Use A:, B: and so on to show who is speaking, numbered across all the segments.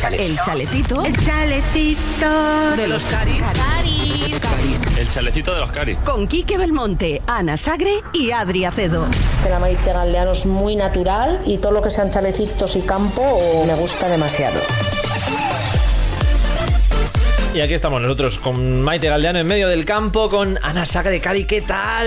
A: Chale-
B: El chaletito
C: El chalecito.
B: de los caris.
D: El chalecito de los caris.
B: Con Quique Belmonte, Ana Sagre y Adri Acedo.
E: que la maíz de galdeano es muy natural y todo lo que sean chalecitos y campo me gusta demasiado.
F: Y aquí estamos nosotros con Maite Galdeano en medio del campo, con Ana Sagre Cari, ¿qué tal?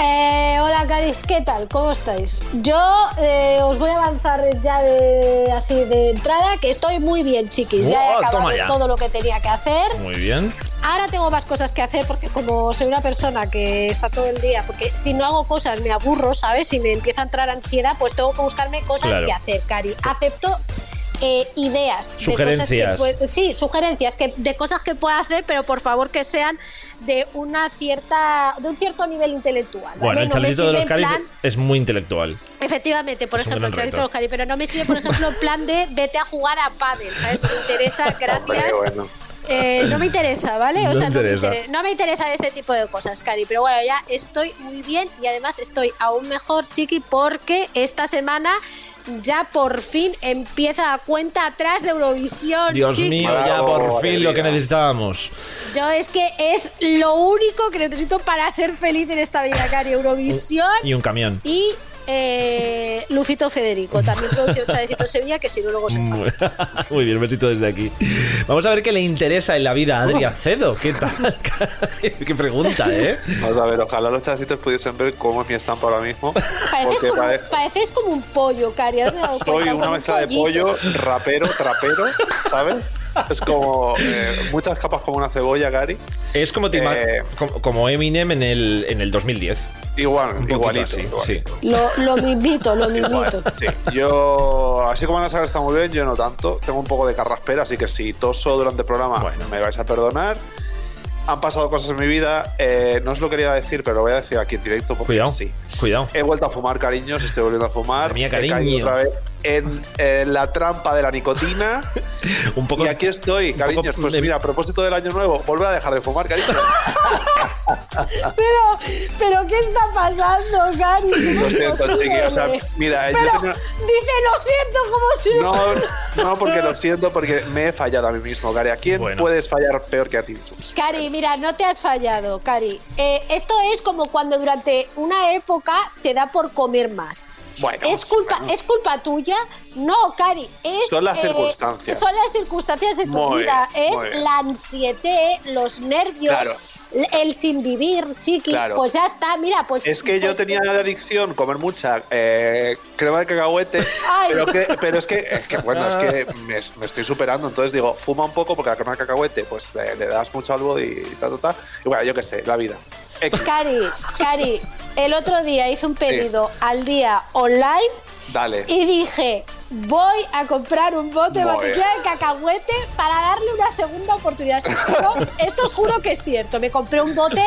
G: Eh, hola Caris, ¿qué tal? ¿Cómo estáis? Yo eh, os voy a avanzar ya de, así de entrada que estoy muy bien, chiquis. Ya he
F: Wow,
G: acabado
F: Oh, toma ya.
G: todo lo que tenía que hacer.
F: Muy bien.
G: Ahora tengo más cosas que hacer porque como soy una persona que está todo el día, porque si no hago cosas me aburro, ¿sabes? Si me empieza a entrar ansiedad, pues tengo que buscarme cosas
F: Claro. Pues
G: que hacer, Cari. Acepto eh, ideas. de cosas que
F: Sugerencias.
G: pue- sí, sugerencias que, de cosas que pueda hacer, pero por favor que sean de una cierta, de un cierto nivel intelectual. ¿vale?
F: Bueno, el
A: pues
G: No me
F: chaletito de los
G: sirve en
F: caris
G: plan-
F: es muy intelectual.
G: Efectivamente, por
F: Es un
G: ejemplo,
F: gran
G: el
F: reto.
G: chalito de los Cari, pero no me sirve, por ejemplo, en plan de vete a jugar a pádel, ¿sabes? No Me interesa, gracias.
A: bueno.
G: Eh, no me interesa, ¿vale? O
F: No
G: sea, no,
F: interesa.
G: Me interesa, no me interesan este tipo de cosas, Cari, pero bueno, ya estoy muy bien y además estoy aún mejor, Chiqui, porque esta semana ya por fin empieza la cuenta atrás de Eurovisión.
F: Dios
G: chiqui.
F: mío, ya por fin lo que necesitábamos.
G: Yo es que es lo único que necesito para ser feliz en esta vida, Cari, Eurovisión
F: Y un camión.
G: y eh, Lufito Federico, también producción Chalecito Sevilla, que si no luego se
A: Mm.
G: enfada.
F: Muy bien, besito desde aquí. Vamos a ver qué le interesa en la vida a Adri Acedo. ¿Qué tal? qué pregunta, ¿eh?
A: Vamos a ver, ojalá los chacitos pudiesen ver cómo es mi estampa ahora mismo.
G: Pareces
A: Porque
G: como,
A: parece-
G: pareces como un pollo, Cari. ¿has dado
A: soy
G: cuenta? Como
A: una
G: un
A: mezcla de
G: pollito.
A: pollo, rapero, trapero, ¿sabes? Es como eh, muchas capas como una cebolla, Gary.
F: Es como, te ima-
A: Eh.
F: como- como Eminem en el, en el 2010.
A: Igual,
F: Un poquito
A: igualito.
F: así,
A: igualito.
F: sí.
G: Lo, lo mismito, lo mismito.
A: Igual, sí. Yo, así como Ana Sagra está muy bien, yo no tanto. Tengo un poco de carraspera, así que si toso durante el programa,
F: Bueno.
A: me vais a perdonar. Han pasado cosas en mi vida, eh, no os lo quería decir, pero lo voy a decir aquí en directo porque
F: Cuidado,
A: sí.
F: cuidado.
A: He vuelto a fumar, cariños, estoy volviendo a fumar.
F: Madre mía,
A: He caído
F: cariño.
A: otra vez en, en la trampa de la nicotina.
F: Un poco,
A: Eh, y aquí estoy,
F: poco
A: cariños. pues
F: de-
A: mira, a propósito del año nuevo, volver a dejar de fumar, cariños.
G: Pero, pero ¿qué está pasando, Cari? ¿Cómo
A: Lo
G: es
A: siento,
G: posible?
A: chiqui. O sea, mira, eh, yo
G: Pero
A: tenía-
G: dice lo siento como si
A: No, no, porque lo siento, porque me he fallado a mí mismo, Gary. ¿A quién
F: Bueno.
A: puedes fallar peor que a ti?
G: Cari, mira, no te has fallado, Cari. Eh, esto es como cuando durante una época te da por comer más.
A: Bueno,
G: es culpa,
A: bueno.
G: es culpa tuya. No, Cari, es eh,
A: Son las circunstancias.
G: Son las circunstancias de tu
A: Muy
G: vida.
A: bien, muy
G: es
A: bien.
G: la ansiedad, los nervios,
A: Claro.
G: l- el sin vivir, chiqui.
A: Claro.
G: Pues ya está. Mira, pues
A: Es que yo
G: pues-
A: tenía de adicción comer mucha eh, crema de cacahuete,
G: Ay.
A: pero, que- pero es, que, es que, bueno, es que me, me estoy superando. Entonces digo, fuma un poco porque la crema de cacahuete, pues eh, le das mucho algo y ta, ta, ta. Y bueno, yo qué sé, la vida. X.
G: Cari, Cari, el otro día hice un pedido al día online
A: Dale.
G: y dije, voy a comprar un bote de
A: Muy
G: botella de cacahuete para darle una segunda oportunidad. Esto, os juro- esto os juro que es cierto. Me compré un bote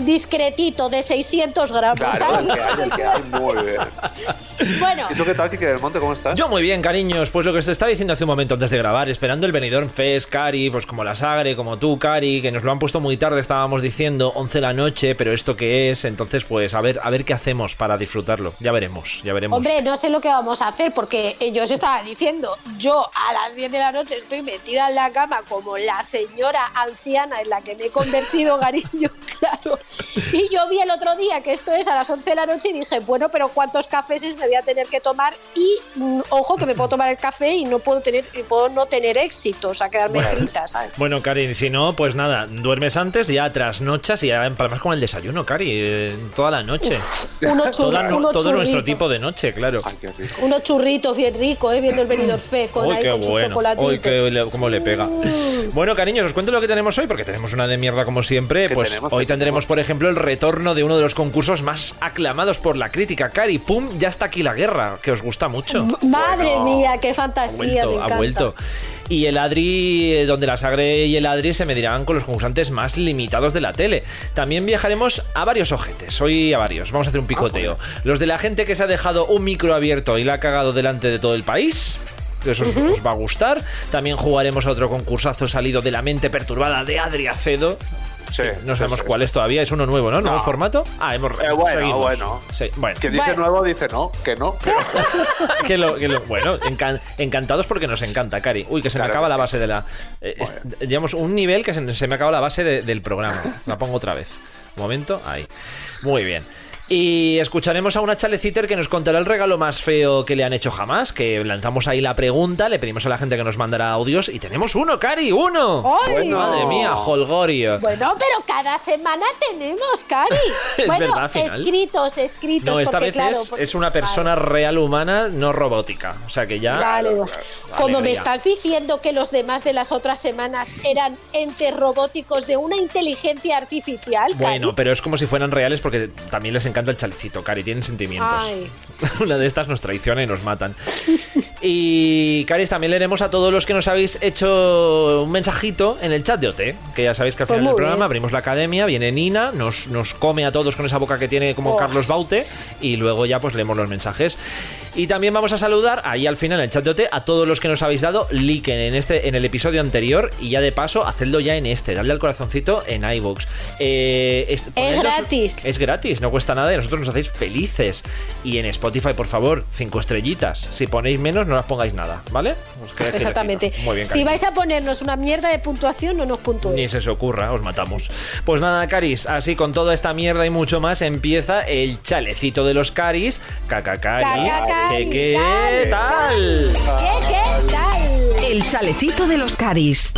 G: discretito de 600 gramos.
A: Claro, el
G: ¿sabes?
A: que hay, el que hay, muy bien.
G: Bueno,
A: ¿Y tú qué tal, Kike del Monte? ¿Cómo estás?
F: Yo muy bien, cariños. Pues lo que os estaba diciendo hace un momento antes de grabar, esperando el Benidorm Fest, Cari, pues como la Sagre, como tú, Cari, que nos lo han puesto muy tarde, estábamos diciendo 11 de la noche, pero esto qué es, entonces pues a ver, a ver qué hacemos para disfrutarlo. Ya veremos, ya veremos.
G: hombre, no sé lo que vamos a hacer porque eh, yo os estaba diciendo, yo a las 10 de la noche estoy metida en la cama como la señora anciana en la que me he convertido, Gariño, claro. Y yo vi el otro día que esto es a las 11 de la noche y dije, bueno, pero ¿cuántos cafés me voy a tener que tomar? Y mm, ojo que me puedo tomar el café y no puedo tener y puedo no tener éxito, o sea, quedarme frita, ¿sabes?
F: Bueno, Cari, si no, pues nada, duermes antes, ya trasnochas y ya empalmas con el desayuno, Cari, eh, toda la noche.
G: Uno churri-
F: Toda no-
G: uno
F: todo nuestro
G: churrito.
F: tipo de noche, claro.
A: Ay, qué rico.
G: Unos churritos bien ricos, ¿eh? viendo el Benidorm Fest con,
F: Uy,
G: ahí
F: qué
G: con Mm. su
F: bueno.
G: chocolatito.
F: Uy, qué le- cómo le pega. Bueno, cariños, os cuento lo que tenemos hoy, porque tenemos una de mierda como siempre.
A: ¿Qué
F: Pues
A: tenemos?
F: hoy
A: ¿Qué
F: tendremos,
A: tenemos?
F: por ejemplo, el retorno de uno de los concursos más aclamados por la crítica. Cari, pum, ya está aquí la guerra, que os gusta mucho.
G: Madre mía, qué
F: Ha
G: fantasía, me
F: vuelto,
G: encanta.
F: ha vuelto. Y el Adri, eh, donde la Sagre y el Adri se medirán con los concursantes más limitados de la tele. También viajaremos a varios ojetes, hoy a varios. Vamos a
G: Ah,
F: hacer un picoteo. Los de la gente que se ha dejado un micro abierto y la ha cagado delante de todo el país. que Eso os, os va a gustar. También jugaremos a otro concursazo salido de la mente perturbada de Adri Acedo.
A: Sí,
F: No
A: eso
F: sabemos
A: es.
F: cuál es todavía, es uno nuevo, ¿no? ¿Nuevo
A: No.
F: formato? Ah, hemos
A: Eh, bueno,
F: seguimos.
A: bueno.
F: Sí, bueno.
A: Que dice
G: Vale.
A: nuevo, dice no, que no. pero-
F: Que lo- que lo- bueno, encan- encantados porque nos encanta, Cari. Uy, que se me
A: Claro
F: acaba
A: que
F: la
A: sí.
F: base de la. eh, es- digamos, un nivel que se, se me acaba la base de- del programa. La pongo otra vez. Un momento, ahí. Muy bien. Y escucharemos a una chaleciter que nos contará el regalo más feo que le han hecho jamás. Que lanzamos ahí la pregunta, le pedimos a la gente que nos mandara audios y tenemos uno, Cari, uno.
G: ¡Ay!
A: Bueno.
F: Madre mía, Holgorio.
G: Bueno, pero cada semana tenemos, Cari.
F: Es
G: bueno,
F: verdad, final.
G: escritos, escritos.
F: No, esta
G: porque,
F: vez
G: claro,
F: es,
G: por-
F: es una persona real humana, no robótica. O sea que ya.
G: Vale, vale. como me
F: Alegría.
G: estás diciendo que los demás de las otras semanas eran entes robóticos de una inteligencia artificial, Cari.
F: Bueno, pero es como si fueran reales porque también les encanta el chalecito, Cari, tienen sentimientos.
G: Ay.
F: Una de estas nos traiciona y nos matan. Y, Caris, también leeremos a todos los que nos habéis hecho un mensajito en el chat de OT, que ya sabéis que al
G: Pues
F: final del
G: muy
F: programa
G: bien.
F: abrimos la academia, viene Nina, nos, nos come a todos con esa boca que tiene como
G: Oh.
F: Carlos Baute y luego ya pues leemos los mensajes. Y también vamos a saludar ahí al final en el chat de OT a todos los que nos habéis dado like en, este, en el episodio anterior y ya de paso, hacedlo ya en este, dadle al corazoncito en iVoox. Eh, es, ponedlos-
G: gratis.
F: es gratis, no cuesta nada y a nosotros nos hacéis felices. Y en Spotify, por favor, cinco estrellitas. Si ponéis menos, no las pongáis nada, ¿vale? Os quedáis
G: Exactamente.
F: quietecitos. Muy bien,
G: si
F: cariño.
G: vais a ponernos una mierda de puntuación, no nos
F: Ni
G: puntuéis.
F: se os ocurra, os matamos. Pues nada, Caris, así con toda esta mierda y mucho más empieza el chalecito de los Caris. Cacacari.
G: Cacacari,
F: ¿Qué
G: cari,
F: tal?
G: ¿Qué, qué tal?
B: El chalecito de los caris.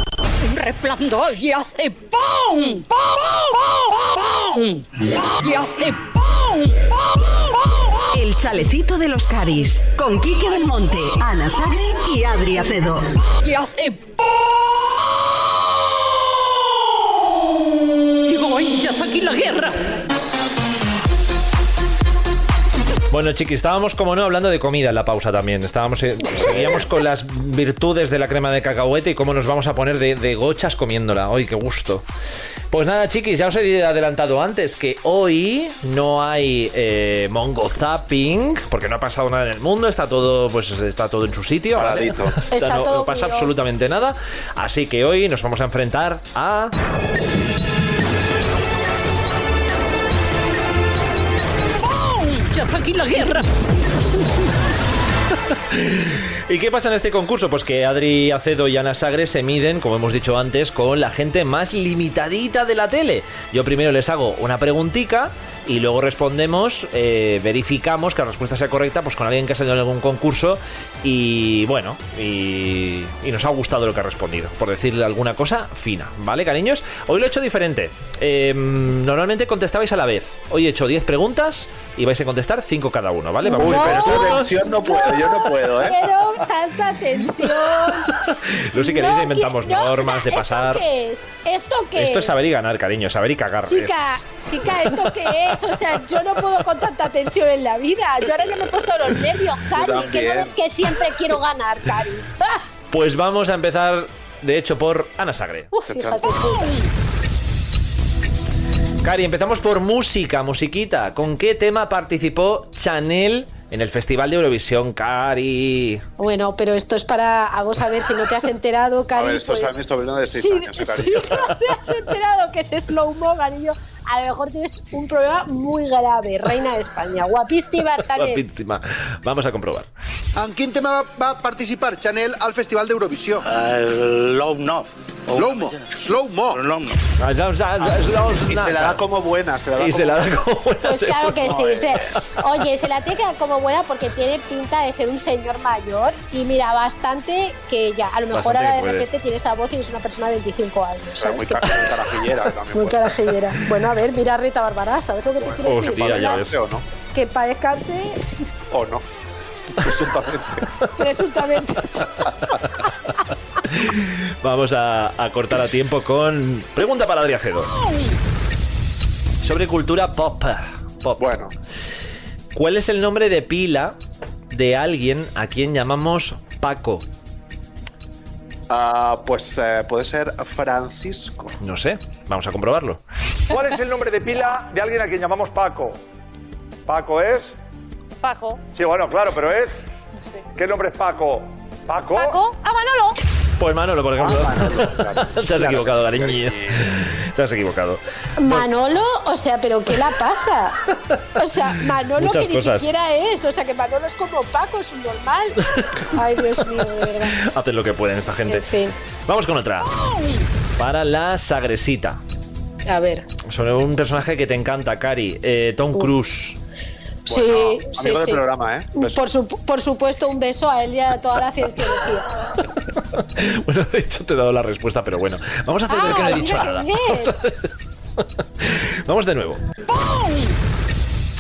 C: Un resplandor y hace ¡pum! ¡Pum! ¡Pum! ¡Pum! ¡Pum! Y hace ¡pum! ¡Pum! ¡Pum! ¡Pum!
B: El chalecito de los caris. Con Quique Belmonte, Ana Sagre y Adri Acedo.
C: Y hace ¡pum! Digo, ¡ay, ya está aquí la guerra!
F: Bueno, chiqui, estábamos, como no, hablando de comida en la pausa también. Estábamos, eh, seguíamos con las virtudes de la crema de cacahuete y cómo nos vamos a poner de, de gochas comiéndola. ¡Ay, qué gusto! Pues nada, chiquis, ya os he adelantado antes que hoy no hay eh, mongo zapping, porque no ha pasado nada en el mundo, está todo, pues, está todo en su sitio. ¿vale?
A: Paradito.
G: Está
F: no,
G: todo
F: no pasa
G: cuidado.
F: absolutamente nada. Así que hoy nos vamos a enfrentar a...
C: ¡Pum! ¡Ya está aquí la guerra!
F: ¿Y qué pasa en este concurso? Pues que Adri Acedo y Ana Sagre se miden, como hemos dicho antes, con la gente más limitadita de la tele. Yo primero les hago una preguntica y luego respondemos, eh, verificamos que la respuesta sea correcta, pues con alguien que ha salido en algún concurso y bueno, y, y nos ha gustado lo que ha respondido, por decirle alguna cosa fina, ¿vale, cariños? Hoy lo he hecho diferente. Eh, normalmente contestabais a la vez. Hoy he hecho 10 preguntas y vais a contestar 5 cada uno, ¿vale? Vamos
A: Uy,
F: a-
A: pero esta tensión no puedo, yo no puedo, ¿eh?
G: Pero tanta tensión.
F: Luego, si queréis,
G: No,
F: inventamos
G: que- no,
F: normas
G: o sea,
F: de pasar.
G: ¿Esto qué es? ¿Esto qué
F: Esto es
G: es?
F: saber y ganar, cariño, saber y cagar.
G: Chica,
F: Es-
G: chica, ¿esto qué es? O sea, yo no puedo con tanta tensión en la vida. Yo ahora ya me he puesto los nervios, Cari. Que
A: también.
G: no es que siempre quiero ganar, Cari. Ah,
F: Pues vamos a empezar, de hecho, por Ana Sagre.
G: uf, hijas de puta.
F: Cari, empezamos por música, musiquita. ¿Con qué tema participó Chanel en el Festival de Eurovisión, Cari?
G: Bueno, pero esto es para. a vos a ver si no te has enterado, Cari.
A: A ver, esto se
G: pues,
A: han visto Belén de 6
G: si,
A: años, ¿eh, Cari?
G: si no te has enterado que es slow mo, cariño, a lo mejor tienes un problema muy grave, reina de España. Guapísima, Chanel.
F: Guapísima. Vamos a comprobar.
H: ¿En quin tema va, va participar Chanel al Festival d'Eurovisió?
I: Low no.
H: Slow-mo. Slow-mo.
I: Low no.
A: Ah, Y se la da como buena, se la da
F: Y
A: como
F: se la da como buena
G: Pues claro que sí.
A: eh.
G: se- oye, se la tiene que dar como buena porque tiene pinta de ser un señor mayor y mira, bastante que ya, a lo mejor
F: Bastante que
G: ahora de
F: puede.
G: repente tiene esa voz y es una persona de 25 años.
A: Pero
G: ¿sabes?
A: muy
G: Que-
A: car- muy carajillera también.
G: muy
A: pues.
G: carajillera. Bueno, a ver, mira a Rita Barbará, ¿sabes lo que te quiero decir?
F: hostia,
G: Que
F: ya
G: pa-
F: ves.
A: ¿O no?
G: Que parezcarse
A: ¿O no? Presuntamente.
G: presuntamente.
F: Vamos a, a cortar a tiempo con. Pregunta para Adrián Cedo. Sobre cultura pop. Pop.
A: Bueno,
F: ¿Cuál es el nombre de pila de alguien a quien llamamos Paco?
A: ah, pues eh, puede ser Francisco.
F: No sé, vamos a comprobarlo.
J: ¿Cuál es el nombre de pila de alguien a quien llamamos Paco? ¿Paco es?
K: Paco.
J: Sí, bueno, claro, pero es. ¿Qué nombre es Paco? ¿Paco?
K: Paco. ¡Ah, Manolo!
F: Pues Manolo, por ejemplo.
A: Manolo, claro.
F: Te has
A: Claro,
F: equivocado,
A: claro.
F: cariño. Te has equivocado.
G: Manolo, o sea, pero ¿qué la pasa? O sea, Manolo
F: Muchas
G: que ni
F: cosas.
G: siquiera es, o sea, que Manolo es como Paco, es un normal. Ay, Dios mío, de verdad.
F: Hacen lo que pueden esta gente.
G: En fin.
F: Vamos con otra. Para la sagresita.
G: A ver,
F: Sobre un personaje que te encanta, Cari. eh, Tom Cruise.
G: sí,
A: Bueno,
G: sí,
A: Pues amigo del
G: sí.
A: programa, ¿eh? Un beso.
G: Por, su- por supuesto, un beso a él y a toda la cienciología.
F: bueno, de hecho te he dado la respuesta, pero bueno. Vamos a hacer ver que no he
G: Ah, mira
F: dicho
G: qué
F: nada.
G: bien.
F: Vamos de nuevo.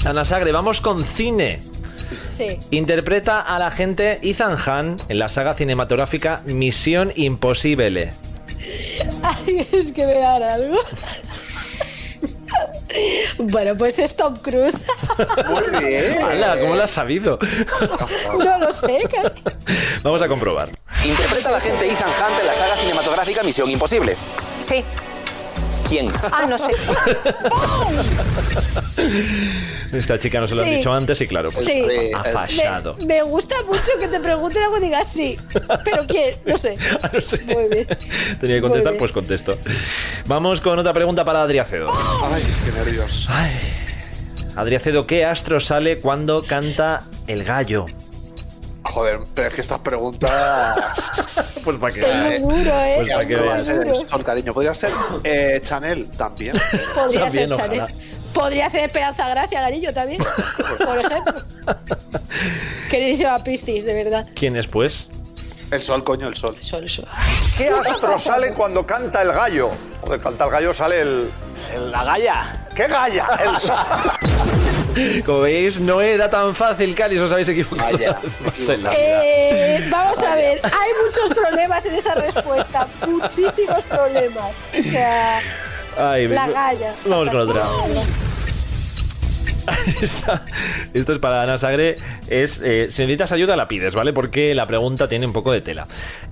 F: Ana Sagre, vamos con cine.
G: Sí.
F: Interpreta a la gente Ethan Hunt en la saga cinematográfica Misión Imposible.
G: Ay, es que me dan algo. Bueno, pues es Tom Cruise.
A: Muy bien.
F: ¡Hala! ¿Cómo lo has sabido?
G: No lo sé. que-
F: Vamos a comprobar.
I: Interpreta a la gente Ethan Hunt en la saga cinematográfica Misión Imposible.
C: Sí.
I: ¿Quién?
C: Ah, no sé.
F: Esta chica no se lo
G: Sí.
F: has dicho antes y claro, pues
G: Sí.
F: ha
A: Eh,
F: fallado.
G: Me, me gusta mucho que te pregunten algo y digas sí. Pero ¿qué? No sé.
F: Ah, no sé.
G: Muy bien.
F: Tenía que
G: Muy
F: contestar,
G: bien.
F: pues contesto. Vamos con otra pregunta para Adri Acedo.
A: Ay, qué nervios.
F: Ay. Adri Acedo, ¿qué astro sale cuando canta el gallo?
A: Joder, pero es que estas preguntas.
F: Pues para
G: Soy muy duro, ¿eh?
F: Pues para
A: Esto
F: que
A: va a
F: veas.
A: ser con cariño. Podría ser eh, Chanel también.
G: Podría
F: Pues También,
G: ser
F: ojalá.
G: Chanel. Podría ser Esperanza Gracia Garillo también, por ejemplo. Queridísima Pistis, de verdad.
F: ¿Quién es, pues?
A: El sol, coño, el sol.
G: Sol, sol.
J: ¿Qué astro sale cuando canta el gallo? Cuando canta el gallo sale el...
D: La galla.
J: ¡Qué galla! El sol.
F: Como veis, no era tan fácil, Cali, os habéis equivocado.
A: Vaya,
F: Más en la vida.
G: Eh, vamos a ver, hay muchos problemas en esa respuesta, muchísimos problemas. O sea,
F: Ay,
G: la
F: ven-
G: galla.
F: Vamos con otra. Esta- esto es para Ana Sagre. Es, eh, si necesitas ayuda, la pides, ¿vale? Porque la pregunta tiene un poco de tela.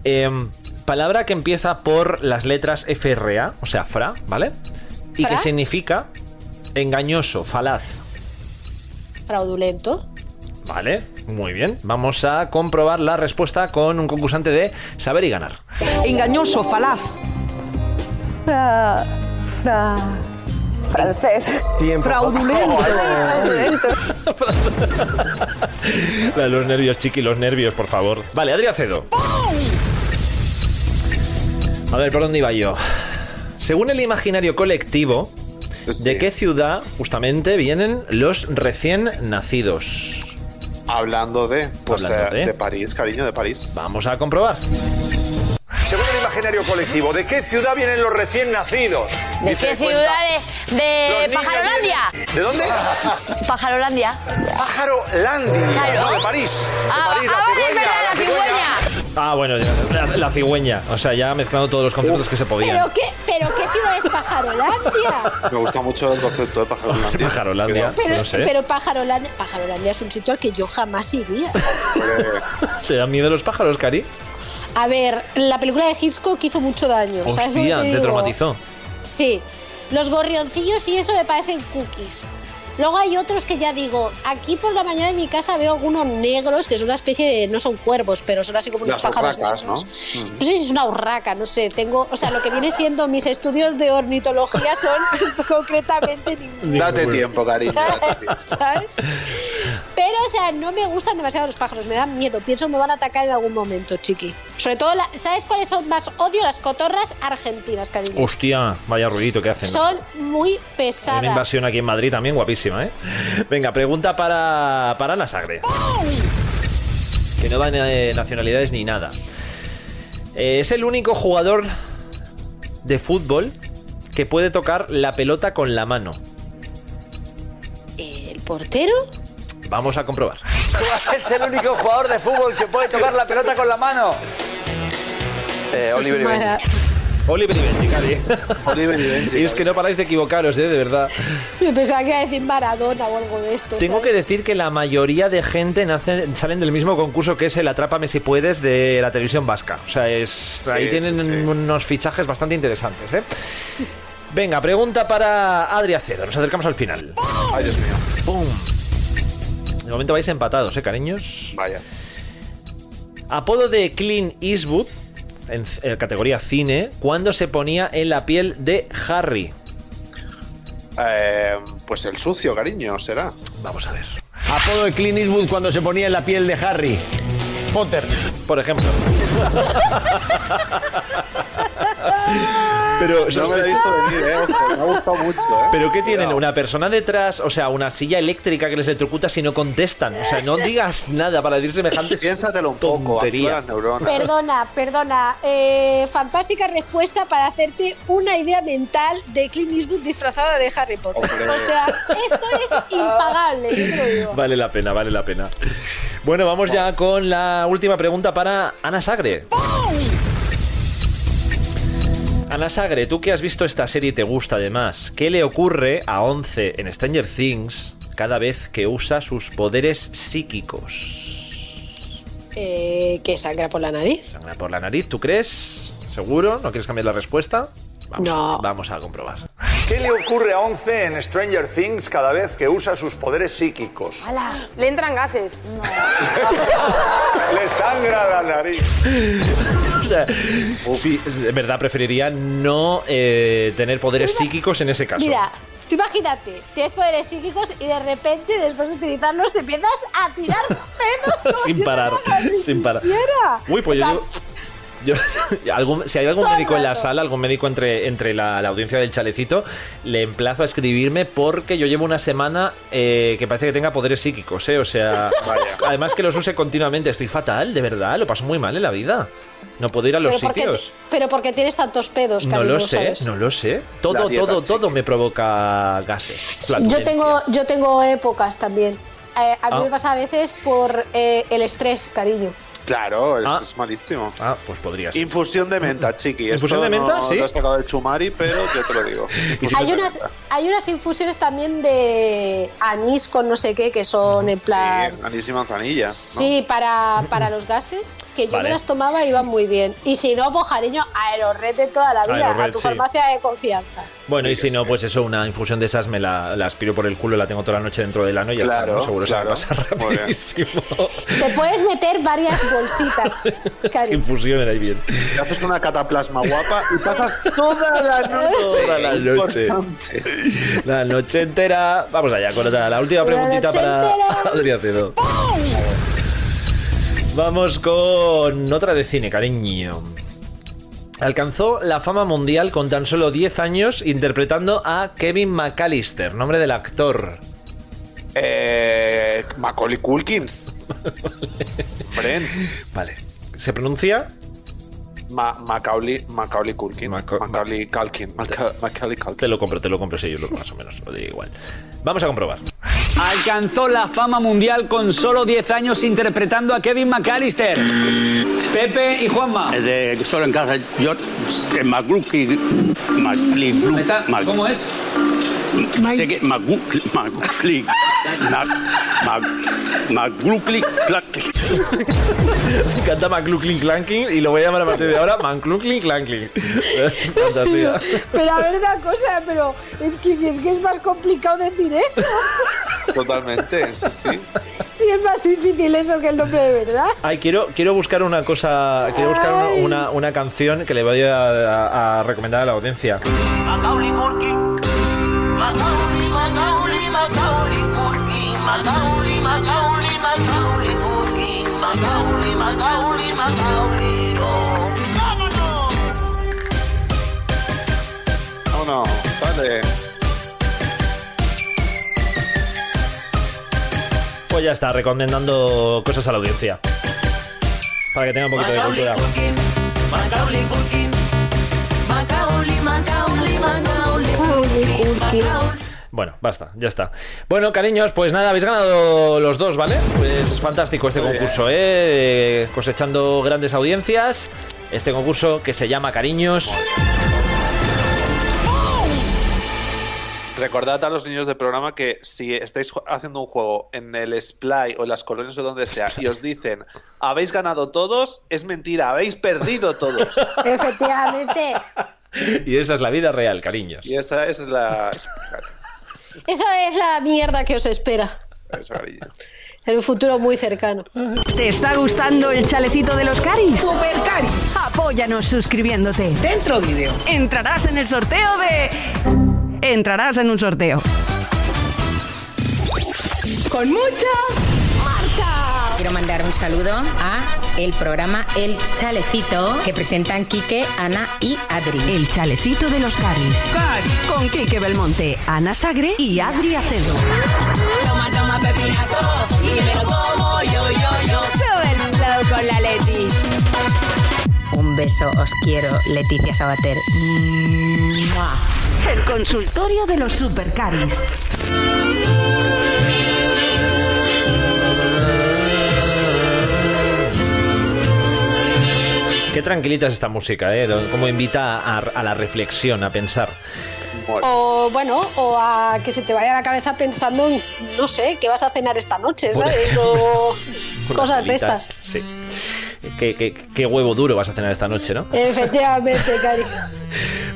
F: Em, palabra que empieza por las letras FRA, o sea, fra, ¿vale? Y
G: ¿Fra?
F: que significa engañoso, falaz,
G: Fraudulento.
F: ¿vale? Muy bien. Vamos a comprobar la respuesta con un concursante de Saber y Ganar.
C: Engañoso, falaz.
E: Francés.
C: Fraudulento.
F: La de los nervios, chiqui, los nervios, por favor. Vale, Adrián Cedo. A ver, ¿por dónde iba yo? Según el imaginario colectivo, ¿de
A: Sí.
F: qué ciudad justamente vienen los recién nacidos?
A: Hablando de, pues
F: Hablando
A: eh,
F: de.
A: de París, cariño, de París.
F: Vamos a comprobar.
J: Según el imaginario colectivo, ¿de qué ciudad vienen los recién nacidos?
K: ¿De
J: Dice,
K: qué
J: cuenta,
K: ciudad de,
J: los
K: de
J: niños
K: Pajarolandia?
J: vienen- ¿De dónde?
K: Pajarolandia.
J: Pajarolandia.
K: Claro.
J: No, de París. De
K: Ah,
J: París, la
K: ahora es
J: cigüeña.
K: verdad, la cigüeña.
F: Ah, bueno, ya, la, la cigüeña. O sea, ya mezclando todos los conceptos que se podían.
G: ¿Pero qué, pero qué ciudad es Pajarolandia?
A: Me gusta mucho el concepto de Pajarolandia.
F: Pajarolandia.
G: Pero,
F: No sé.
G: pero Pajarolandia, Pajarolandia es un sitio al que yo jamás iría.
A: Porque-
F: ¿Te dan miedo los pájaros, Cari?
G: A ver, la película de Hitchcock hizo mucho daño. ¿sabes lo que
F: Hostia, te
G: digo?
F: traumatizó.
G: Sí, los gorrioncillos y eso me parecen cookies. Luego hay otros que ya digo, aquí por la mañana en mi casa veo algunos negros que son una especie de, no son cuervos, pero son así como unos
A: Las
G: pájaros
A: urracas,
G: negros.
A: ¿no? Mm.
G: No sé si es una urraca, no sé, tengo, o sea, lo que viene siendo mis estudios de ornitología son concretamente ninguno.
A: Date tiempo, cariño. Date tiempo.
G: ¿Sabes? Pero, o sea, no me gustan demasiado los pájaros, me dan miedo. Pienso me van a atacar en algún momento, chiqui. Sobre todo, la- ¿sabes cuáles son más odio? Las cotorras argentinas, cariño.
F: Hostia, vaya ruidito que hacen.
G: Son muy
F: Hay
G: pesadas.
F: Una invasión aquí en Madrid también guapísima, ¿eh? Venga, pregunta para, para Ana Sagre. Que no dan eh, nacionalidades ni nada. Eh, es el único jugador de fútbol que puede tocar la pelota con la mano.
G: ¿El portero?
F: Vamos a comprobar.
I: Es el único jugador de fútbol que puede tocar la pelota con la mano. Eh, Oliver Ibeñez.
G: Mara-
F: Oliver y Benji, Cari.
A: Oliver y Benji,
F: Y es que no paráis de equivocaros, ¿eh? De verdad.
G: Me pensaba que iba a decir Maradona o algo de esto.
F: Tengo que
G: ¿sabes?
F: decir que la mayoría de gente nace- salen del mismo concurso que es el Atrápame si puedes de la televisión vasca. O sea, es, ahí
A: sí,
F: tienen
A: sí.
F: unos fichajes bastante interesantes. ¿eh? Venga, pregunta para Adri Acedo. Nos acercamos al final.
A: Ay, Dios mío.
F: ¡Pum! De momento vais empatados, ¿eh, cariños?
A: Vaya.
F: Apodo de Clint Eastwood en, c- eh, categoría cine cuando se ponía en la piel de Harry?
A: Eh, pues el sucio, cariño, será.
F: Vamos a ver.
L: Apodo de Clint Eastwood cuando se ponía en la piel de Harry. Potter.
F: Por ejemplo. Pero
A: no me lo he visto venir, eh. ojo, Me ha gustado mucho, eh.
F: ¿Pero qué tienen? ¿Una persona detrás? O sea, una silla eléctrica que les electrocuta si no contestan. O sea, no digas nada para decir semejante.
A: Piénsatelo un poco,
F: tontería.
A: activa las neuronas.
G: Perdona, perdona. Eh, fantástica respuesta para hacerte una idea mental de Clint Eastwood disfrazado de Harry Potter.
F: Hombre.
G: O sea, esto es impagable, yo te lo digo.
F: Vale la pena, vale la pena. Bueno, vamos ya con la última pregunta para Ana Sagre. Ana Sagre, tú que has visto esta serie y te gusta además, ¿qué le ocurre a 11 en Stranger Things cada vez que usa sus poderes psíquicos?
G: Eh, que sangra por la nariz.
F: Sangra por la nariz, ¿tú crees? ¿Seguro? ¿No quieres cambiar la respuesta? Vamos,
J: No.
F: Vamos a comprobar.
J: ¿Qué le ocurre a 11 en Stranger Things cada vez que usa sus poderes psíquicos?
K: Le entran gases.
J: Le sangra la nariz.
F: O sea, sí, es- de verdad preferiría no eh, tener poderes psíquicos en ese caso.
G: Mira, tú imagínate, tienes poderes psíquicos y de repente, después de utilizarlos, te empiezas a tirar pedos como
F: sin
G: si
F: parar,
G: nada más
F: sin parar.
G: existiera.
F: Uy, pues yo,
G: O sea,
F: llevo- yo- algún- si hay algún
G: Todo el
F: médico en la
G: rato.
F: sala, algún médico entre, entre la, la audiencia del chalecito, le emplazo a escribirme porque yo llevo una semana eh, que parece que tenga poderes psíquicos, ¿eh? O sea,
A: Vaya.
F: además que los use continuamente, estoy fatal, de verdad, lo paso muy mal en la vida. No puedo ir a los
G: pero porque
F: sitios.
G: te- pero porque tienes tantos pedos,
F: No
G: cariño,
F: lo sé,
G: ¿sabes?
F: no lo sé.
A: La
F: Todo,
A: dieta
F: todo, todo me provoca gases.
G: Yo
F: flatulencias.
G: tengo, yo tengo épocas también. Eh, a mí
F: Ah.
G: me pasa a veces por eh, el estrés, cariño.
A: Claro, esto es malísimo.
F: Ah, pues podría ser.
A: Infusión de menta, chiqui.
F: Infusión
A: Esto
F: de menta,
A: no
F: sí.
A: Lo has sacado del chumari, pero yo te lo digo. Infusión
G: Hay
A: de
G: unas,
A: menta.
G: hay unas infusiones también de anís con no sé qué, que son en plan...
A: Sí, anís y manzanilla. ¿no?
G: Ah. Sí, para, para los gases, que yo
A: Vale.
G: me las tomaba y iban muy bien. Y si no, pues cariño, aerorred de toda la vida,
F: Aerorred,
G: a tu
F: sí.
G: farmacia de confianza.
F: Bueno, y si no, pues eso, una infusión de esas me la, la aspiro por el culo, la tengo toda la noche dentro del ano y ya está,
A: Claro,
F: ¿no? Seguro
A: claro.
F: se me pasa
A: bien.
F: rapidísimo.
G: Te puedes meter varias bolsitas, cariño.
F: Infusión era ahí bien.
A: Te haces una cataplasma guapa y pasas toda la noche.
F: Toda la noche.
A: Importante.
F: La noche entera. Vamos allá con otra. La última
A: La
F: preguntita
A: noche
F: para
A: entera.
F: Adrián Cedo. Vamos con otra de cine, cariño. Alcanzó la fama mundial con tan solo 10 años interpretando a Kevin McAllister, nombre del actor.
A: Eh, Macaulay Culkins. Friends.
F: Vale. ¿Se pronuncia?
A: Ma Macaulay, Macaulay Culkin. Macaulay Culkin. Maca- Macaulay Culkin.
F: Te lo compro, te lo compro, sí, yo lo- más o menos, lo digo igual. Vamos a comprobar.
L: Alcanzó la fama mundial con solo 10 años interpretando a Kevin McAllister. Pepe y Juanma.
M: de solo en casa, yo, eh, McGlucky, McGlucky, Mac-
L: ¿Cómo es?
M: Sé que McGlucky, McGlucky, Mac- Mac- McGlucky, Clack.
F: Me encanta McLucklin Clanking y lo voy a llamar a partir de ahora McLucklin Clanking. Fantasía.
G: Pero a ver una cosa, pero es que si es que es más complicado decir eso,
A: Totalmente, sí, sí.
G: si es más difícil eso que el nombre de verdad.
F: Ay, quiero, quiero buscar una cosa. Quiero buscar una,
G: Ay.
F: una, una canción que le voy a, a- a recomendar a la audiencia.
N: Macaulay Culkin. Macaulay, Macaulay, Macaulay Culkin. Macaulay, Macaulay, Macaulay Culkin. Macaulay, Macaulay, Macaulay, no. ¡Vámonos!
A: No, no. Vale.
F: Pues ya está, recomendando cosas a la audiencia. Para que tenga un poquito de cultura.
N: Macaulay Culkin. Macaulay, Macaulay, Macaulay Culkin. Macaulay.
F: Bueno, basta, ya está. Bueno, cariños, pues nada, habéis ganado los dos, ¿vale? Pues fantástico este concurso, ¿eh? Cosechando grandes audiencias. Este concurso que se llama Cariños.
A: Recordad a los niños del programa que si estáis ju- haciendo un juego en el Splay o en las colonias o donde sea y os dicen habéis ganado todos, es mentira, habéis perdido todos.
G: Efectivamente.
F: Y esa es la vida real, cariños.
A: Y esa es la.
G: Eso es la mierda que os espera
A: Eso, cariño.
G: en un futuro muy cercano.
B: ¿Te está gustando el chalecito de los caris? Super caris. Apoya Apóyanos suscribiéndote. Dentro vídeo. Entrarás en el sorteo de. Entrarás en un sorteo. Con mucha.
O: Quiero mandar un saludo a el programa El Chalecito que presentan Quique, Ana y Adri.
B: El chalecito de los Caris. Con Quique Belmonte, Ana Sagre y Adri Acedo.
N: Toma, toma pepinazo y me lo como yo, yo, yo. Sube el mezclado con la Leti.
O: Un beso, os quiero, Leticia Sabater. ¡Mua!
B: El consultorio de los supercaris.
F: Qué tranquilita es esta música, ¿eh? Lo- Como invita a, a la reflexión, a pensar.
G: O bueno, o a que se te vaya la cabeza pensando en, no sé, qué vas a cenar esta noche,
F: Por
G: ¿sabes? O
F: Con
G: cosas
F: las
G: de
F: velitas,
G: estas.
F: Sí. Qué, qué- qué huevo duro vas a cenar esta noche, ¿no?
G: Efectivamente, Cari.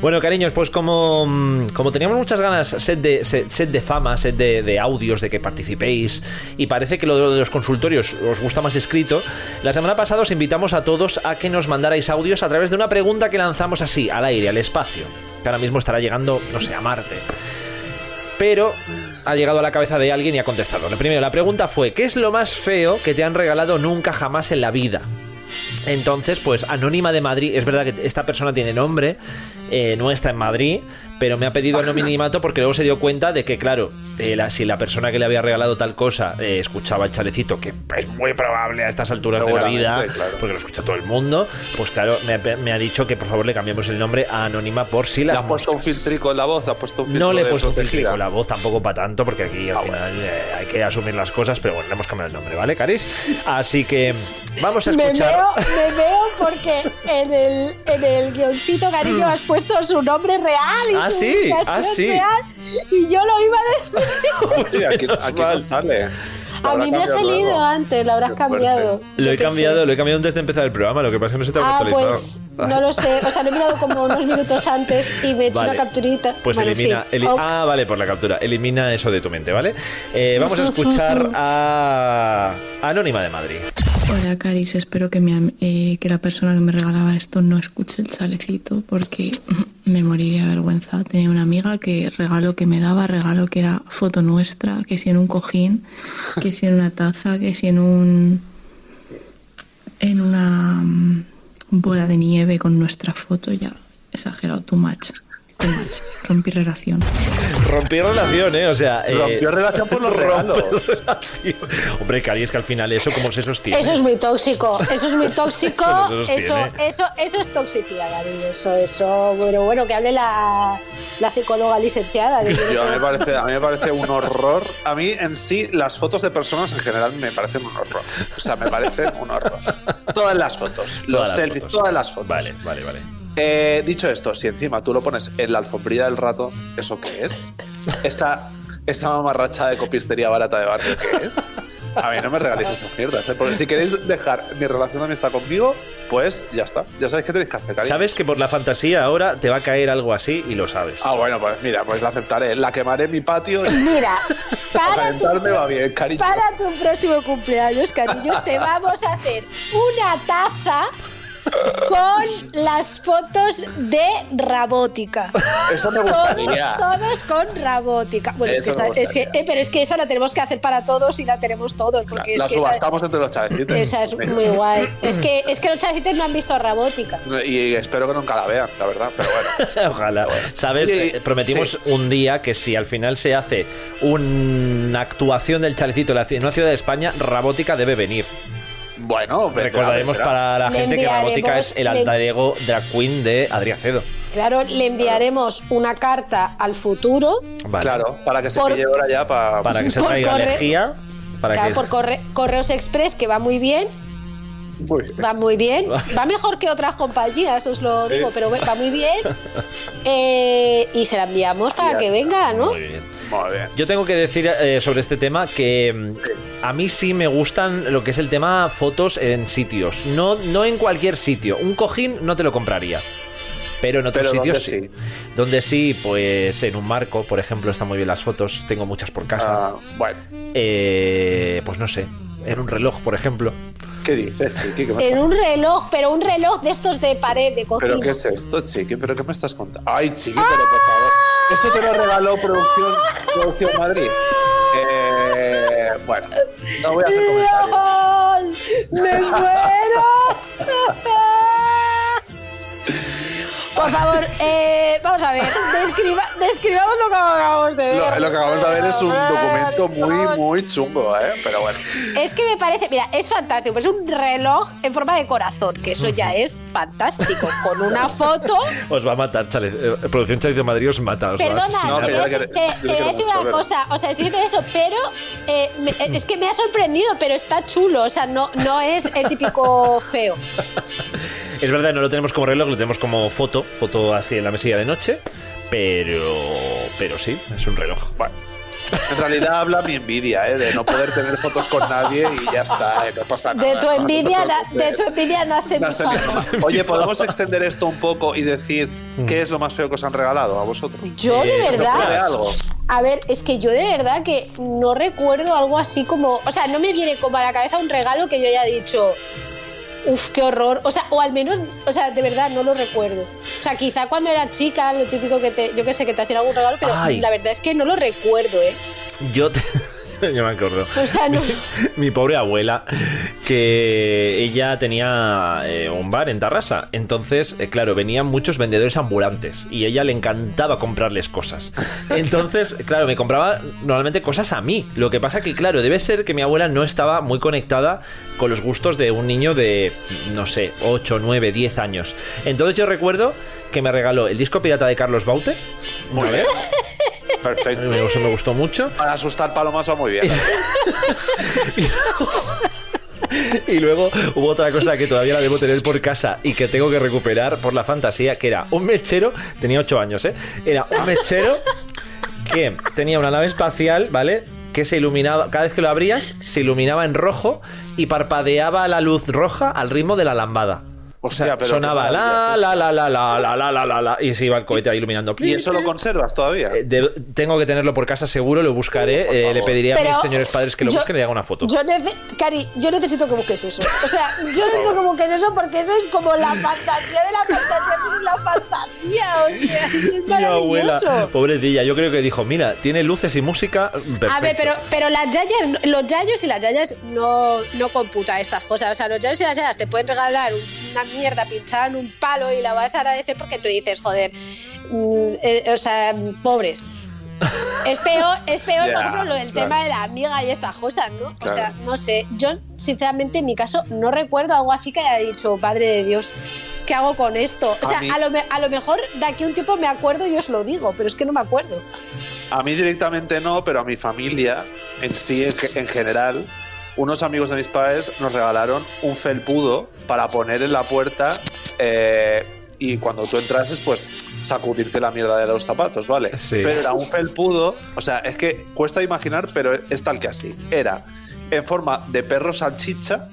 F: Bueno, cariños, pues como, mm, como teníamos muchas ganas, set de, set, set de fama, set de, de audios, de que participéis, y parece que lo de los consultorios os gusta más escrito, la semana pasada os invitamos a todos a que nos mandarais audios a través de una pregunta que lanzamos así, al aire, al espacio, que ahora mismo estará llegando, no sé, a Marte. Pero ha llegado a la cabeza de alguien y ha contestado. Lo primero, la pregunta fue, ¿qué es lo más feo que te han regalado nunca jamás en la vida? Entonces, pues Anónima de Madrid, es verdad que esta persona tiene nombre, eh, no está en Madrid, pero me ha pedido anonimato porque luego se dio cuenta de que, claro, eh, la- si la persona que le había regalado tal cosa eh, escuchaba el chalecito, que es muy probable a estas alturas de la vida,
A: Seguramente, claro.
F: porque lo escucha todo el mundo, pues claro, me, ha- me ha dicho que por favor le cambiemos el nombre a Anónima por si
A: ¿Le
F: las
A: has puesto un filtrico en la voz? ¿Le has puesto un filtro
F: no le he
A: de
F: puesto un
A: protegida?
F: filtro con la voz tampoco para tanto, porque aquí
P: Ah,
F: al final eh, hay que asumir las cosas, pero bueno, le hemos cambiado el nombre, ¿vale, Caris? Así que vamos a
G: Me
F: escuchar.
G: veo, me veo porque en el, en el guioncito, cariño, has puesto su nombre real
F: Mm. Ah,
G: y su
F: sí,
G: ubicación
F: ah, sí.
G: real. Y yo lo iba a decir.
A: Sí, aquí, aquí no sale.
G: A mí me ha salido antes, lo habrás cambiado.
F: Lo
G: Yo
F: he
G: qué sé.
F: cambiado, lo he cambiado antes de empezar el programa, lo que pasa es que no se te ha
G: Ah,
F: actualizado.
G: pues no lo sé. O sea, lo he mirado como unos minutos antes y me he hecho
F: Vale.
G: una capturita.
F: Pues
G: Bueno, en
F: elimina.
G: fin. Oh,
F: eli-
G: Ok.
F: ah, vale, por la captura. Elimina eso de tu mente, ¿vale? Eh, vamos a escuchar a. Anónima de Madrid.
P: Hola Caris, espero que, me am- eh, que la persona que me regalaba esto no escuche el chalecito porque me moriría de vergüenza. Tenía una amiga que regalo que me daba, regalo que era foto nuestra, que si en un cojín, que si en una taza, que si en un en una mm, bola de nieve con nuestra foto, ya exagerado, too much, too much, rompí relación.
F: Rompió relación, ¿eh? O sea. eh,
P: Rompió relación por los regalos.
F: rompió relación. Hombre, Cari, es que al final eso, ¿cómo se sostiene?
G: Eso es muy tóxico, eso es muy tóxico,
F: Eso no se sostiene.
G: eso, eso, eso es toxicidad, cariño, eso, eso, bueno, bueno, que hable la, la psicóloga licenciada. que tiene-
A: Yo, a, mí me parece, a mí me parece un horror. A mí en sí las fotos de personas en general me parecen un horror. O sea, me parecen un horror. Todas las fotos, los
F: las
A: selfies,
F: fotos.
A: todas las fotos.
F: Vale, vale, vale.
A: Eh, dicho esto, si encima tú lo pones en la alfombrilla del rato, ¿eso qué es? Esa, esa mamarracha de copistería barata de barrio, ¿qué es? A mí no me regaléis esas mierdas, ¿eh? porque si queréis dejar mi relación de amistad conmigo, pues ya está. Ya sabéis qué tenéis que hacer, cariño.
F: Sabes que por la fantasía ahora te va a caer algo así y lo sabes.
A: Ah, bueno, pues mira, pues la aceptaré. La quemaré en mi patio y
G: Mira,
A: para
G: para tu,
A: calentarme va bien, cariño.
G: para tu próximo cumpleaños, cariños, te vamos a hacer una taza con las fotos de Rabótica.
A: Eso me gustaría.
G: Todos, todos con Rabótica. Bueno, es
A: Eso
G: que, esa-
A: me
G: es que- eh, pero es que esa la tenemos que hacer para todos y la tenemos todos,
A: La,
G: porque es
A: la
G: que esa-
A: subastamos entre los chavecitos.
G: Esa es muy guay. Es que, es que los chavecitos no han visto Rabótica.
A: Y espero que nunca la vean, la verdad, pero bueno.
F: Ojalá. Sabes,
A: Oye,
F: Eh, prometimos un día que si al final se hace una actuación del chalecito en la ci- en una ciudad de España, Rabótica debe venir.
A: Bueno,
F: recordaremos
A: vendrá.
F: para la
G: Le
F: gente que
G: enviaremos-
F: Rabótica es el
G: le-
F: alter ego drag queen de Adrián Cedo.
G: Claro, le enviaremos una carta al futuro.
A: Claro, para que se
G: Por-
A: pille ahora ya para,
F: Para que se
G: Por
F: traiga
G: corre-
F: energía. Para
G: claro,
F: que
G: por corre- correos express, que va muy bien.
A: Muy
G: Va muy bien. Va mejor que otras compañías, os lo
F: Sí.
G: digo, pero va muy bien. Eh, y se la enviamos para que venga, ¿no?
A: Muy bien.
F: Yo tengo que decir eh, sobre este tema que mm, a mí sí me gustan lo que es el tema fotos en sitios. No, no en cualquier sitio. Un cojín no te lo compraría. Pero en otros
A: Pero ¿dónde
F: sitios sí. Donde sí, pues en un marco,
A: Ah.
F: por ejemplo, están muy bien las fotos. Tengo muchas por casa.
A: bueno.
F: pues no sé. en un reloj, por ejemplo.
A: ¿Qué dices, Chiqui? ¿Qué me
G: En un reloj, pero un reloj de estos de pared, de cocina.
A: ¿Pero qué es esto, Chiqui? ¿Pero qué me estás contando? Ay, Chiqui, pero
G: ¡Ah!
A: por favor. Eso te lo regaló Producción, producción Madrid. Eh, bueno, no voy a hacer comentarios.
G: ¡Lol! ¡Me muero! Por favor, eh, vamos a ver, describa, describamos lo que acabamos de ver.
A: Lo, lo que acabamos de ver es un documento muy, muy chungo, ¿eh? Pero bueno.
G: Es que me parece, mira, es fantástico. Es un reloj en forma de corazón, que eso ya es fantástico. Con una foto.
F: Os va a matar, chale. eh, producción Chalecio Madrid os mata. Os va a
G: Perdona, eh,
F: asesinar.
G: te, voy a decir- te- te voy a decir una cosa. O sea, estoy diciendo eso, pero eh, me- eh, es que me ha sorprendido, pero está chulo. O sea, no, no es el típico feo.
F: Es verdad, no lo tenemos como reloj, lo tenemos como foto, foto así en la mesilla de noche, pero pero sí, es un reloj.
A: En realidad habla mi envidia, ¿eh? De no poder tener fotos con nadie y ya está, ¿eh? No pasa nada.
G: De tu
A: no te
G: envidia, na- de
A: preocupes.
G: tu envidia nace mi
A: Las
G: fama.
A: tenías- Oye, ¿podemos extender esto un poco y decir qué es lo más feo que os han regalado a vosotros?
G: Yo de
A: Eh, ¿se te ocurre
G: verdad.
A: algo?
G: A ver, es que yo de verdad que no recuerdo algo así como. O sea, no me viene como a la cabeza un regalo que yo haya dicho. Uf, qué horror. O sea, o al menos, o sea, de verdad no lo recuerdo. O sea, quizá cuando era chica, lo típico que te, yo qué sé, que te hacían algún regalo, pero
F: Ay.
G: la verdad es que no lo recuerdo, ¿eh?
F: Yo te- Yo me acuerdo.
G: O sea, no.
F: Mi pobre abuela, que ella tenía eh, un bar en Tarrasa. Entonces, eh, claro, venían muchos vendedores ambulantes y ella le encantaba comprarles cosas. Entonces, claro, me compraba normalmente cosas a mí. Lo que pasa que, claro, debe ser que mi abuela no estaba muy conectada con los gustos de un niño de, no sé, 8, 9, 10 años. Entonces yo recuerdo que me regaló el disco pirata de Carlos Baute. Muy bien.
A: Perfecto.
F: Me, gustó- me gustó mucho.
A: Para asustar palomas va muy bien.
F: Y luego hubo otra cosa que todavía la debo tener por casa y que tengo que recuperar por la fantasía, que era un mechero, tenía 8 años, ¿eh? Era un mechero que tenía una nave espacial, ¿vale? Que se iluminaba, cada vez que lo abrías, se iluminaba en rojo y parpadeaba la luz roja al ritmo de la lambada. O sea,
A: Hostia, pero
F: sonaba
A: qué maravilla
F: la, la, la, la, la, la, la, la, la, la, y se iba el cohete ahí iluminando.
A: ¿Y eso lo conservas todavía?
F: Eh, de- tengo que tenerlo por casa seguro, lo buscaré, eh, le pediría a mis
G: Pero
F: señores padres que lo
G: yo-
F: busquen y le haga una foto.
G: Yo nece- Cari, yo necesito que busques eso. O sea, yo necesito que busques eso porque eso es como la fantasía de la fantasía, eso es la fantasía. O sea, eso es
F: Mi
G: maravilloso.
F: abuela, pobrecilla, yo creo que dijo, mira, tiene luces y música. mm, Perfecto.
G: A ver, pero, pero las yayas, los yayos y las yayas no, no computa estas cosas. O sea, los yayos y las yayas te pueden regalar una mierda pinchada en un palo y la vas a agradecer porque tú dices, joder, mm, eh, o sea, mm, pobres. Es peor, es peor
N: Ya,
G: por ejemplo, lo del
N: claro.
G: tema de la amiga y estas cosas, ¿no? O
N: Claro.
G: sea, no sé. Yo, sinceramente, en mi caso, no recuerdo algo así que haya dicho, padre de Dios, ¿qué hago con esto?
A: A
G: O sea,
A: mí-
G: a, lo, me- a lo mejor de aquí a un tiempo me acuerdo y os lo digo, pero es que no me acuerdo.
A: A mí directamente no, pero a mi familia en sí, en, ge- en general, unos amigos de mis padres nos regalaron un felpudo para poner en la puerta eh, y cuando tú entrases, pues sacudirte la mierda de los zapatos, ¿vale?
F: Sí.
A: Pero era un felpudo, o sea, es que cuesta imaginar, pero es tal que así. Era en forma de perro salchicha,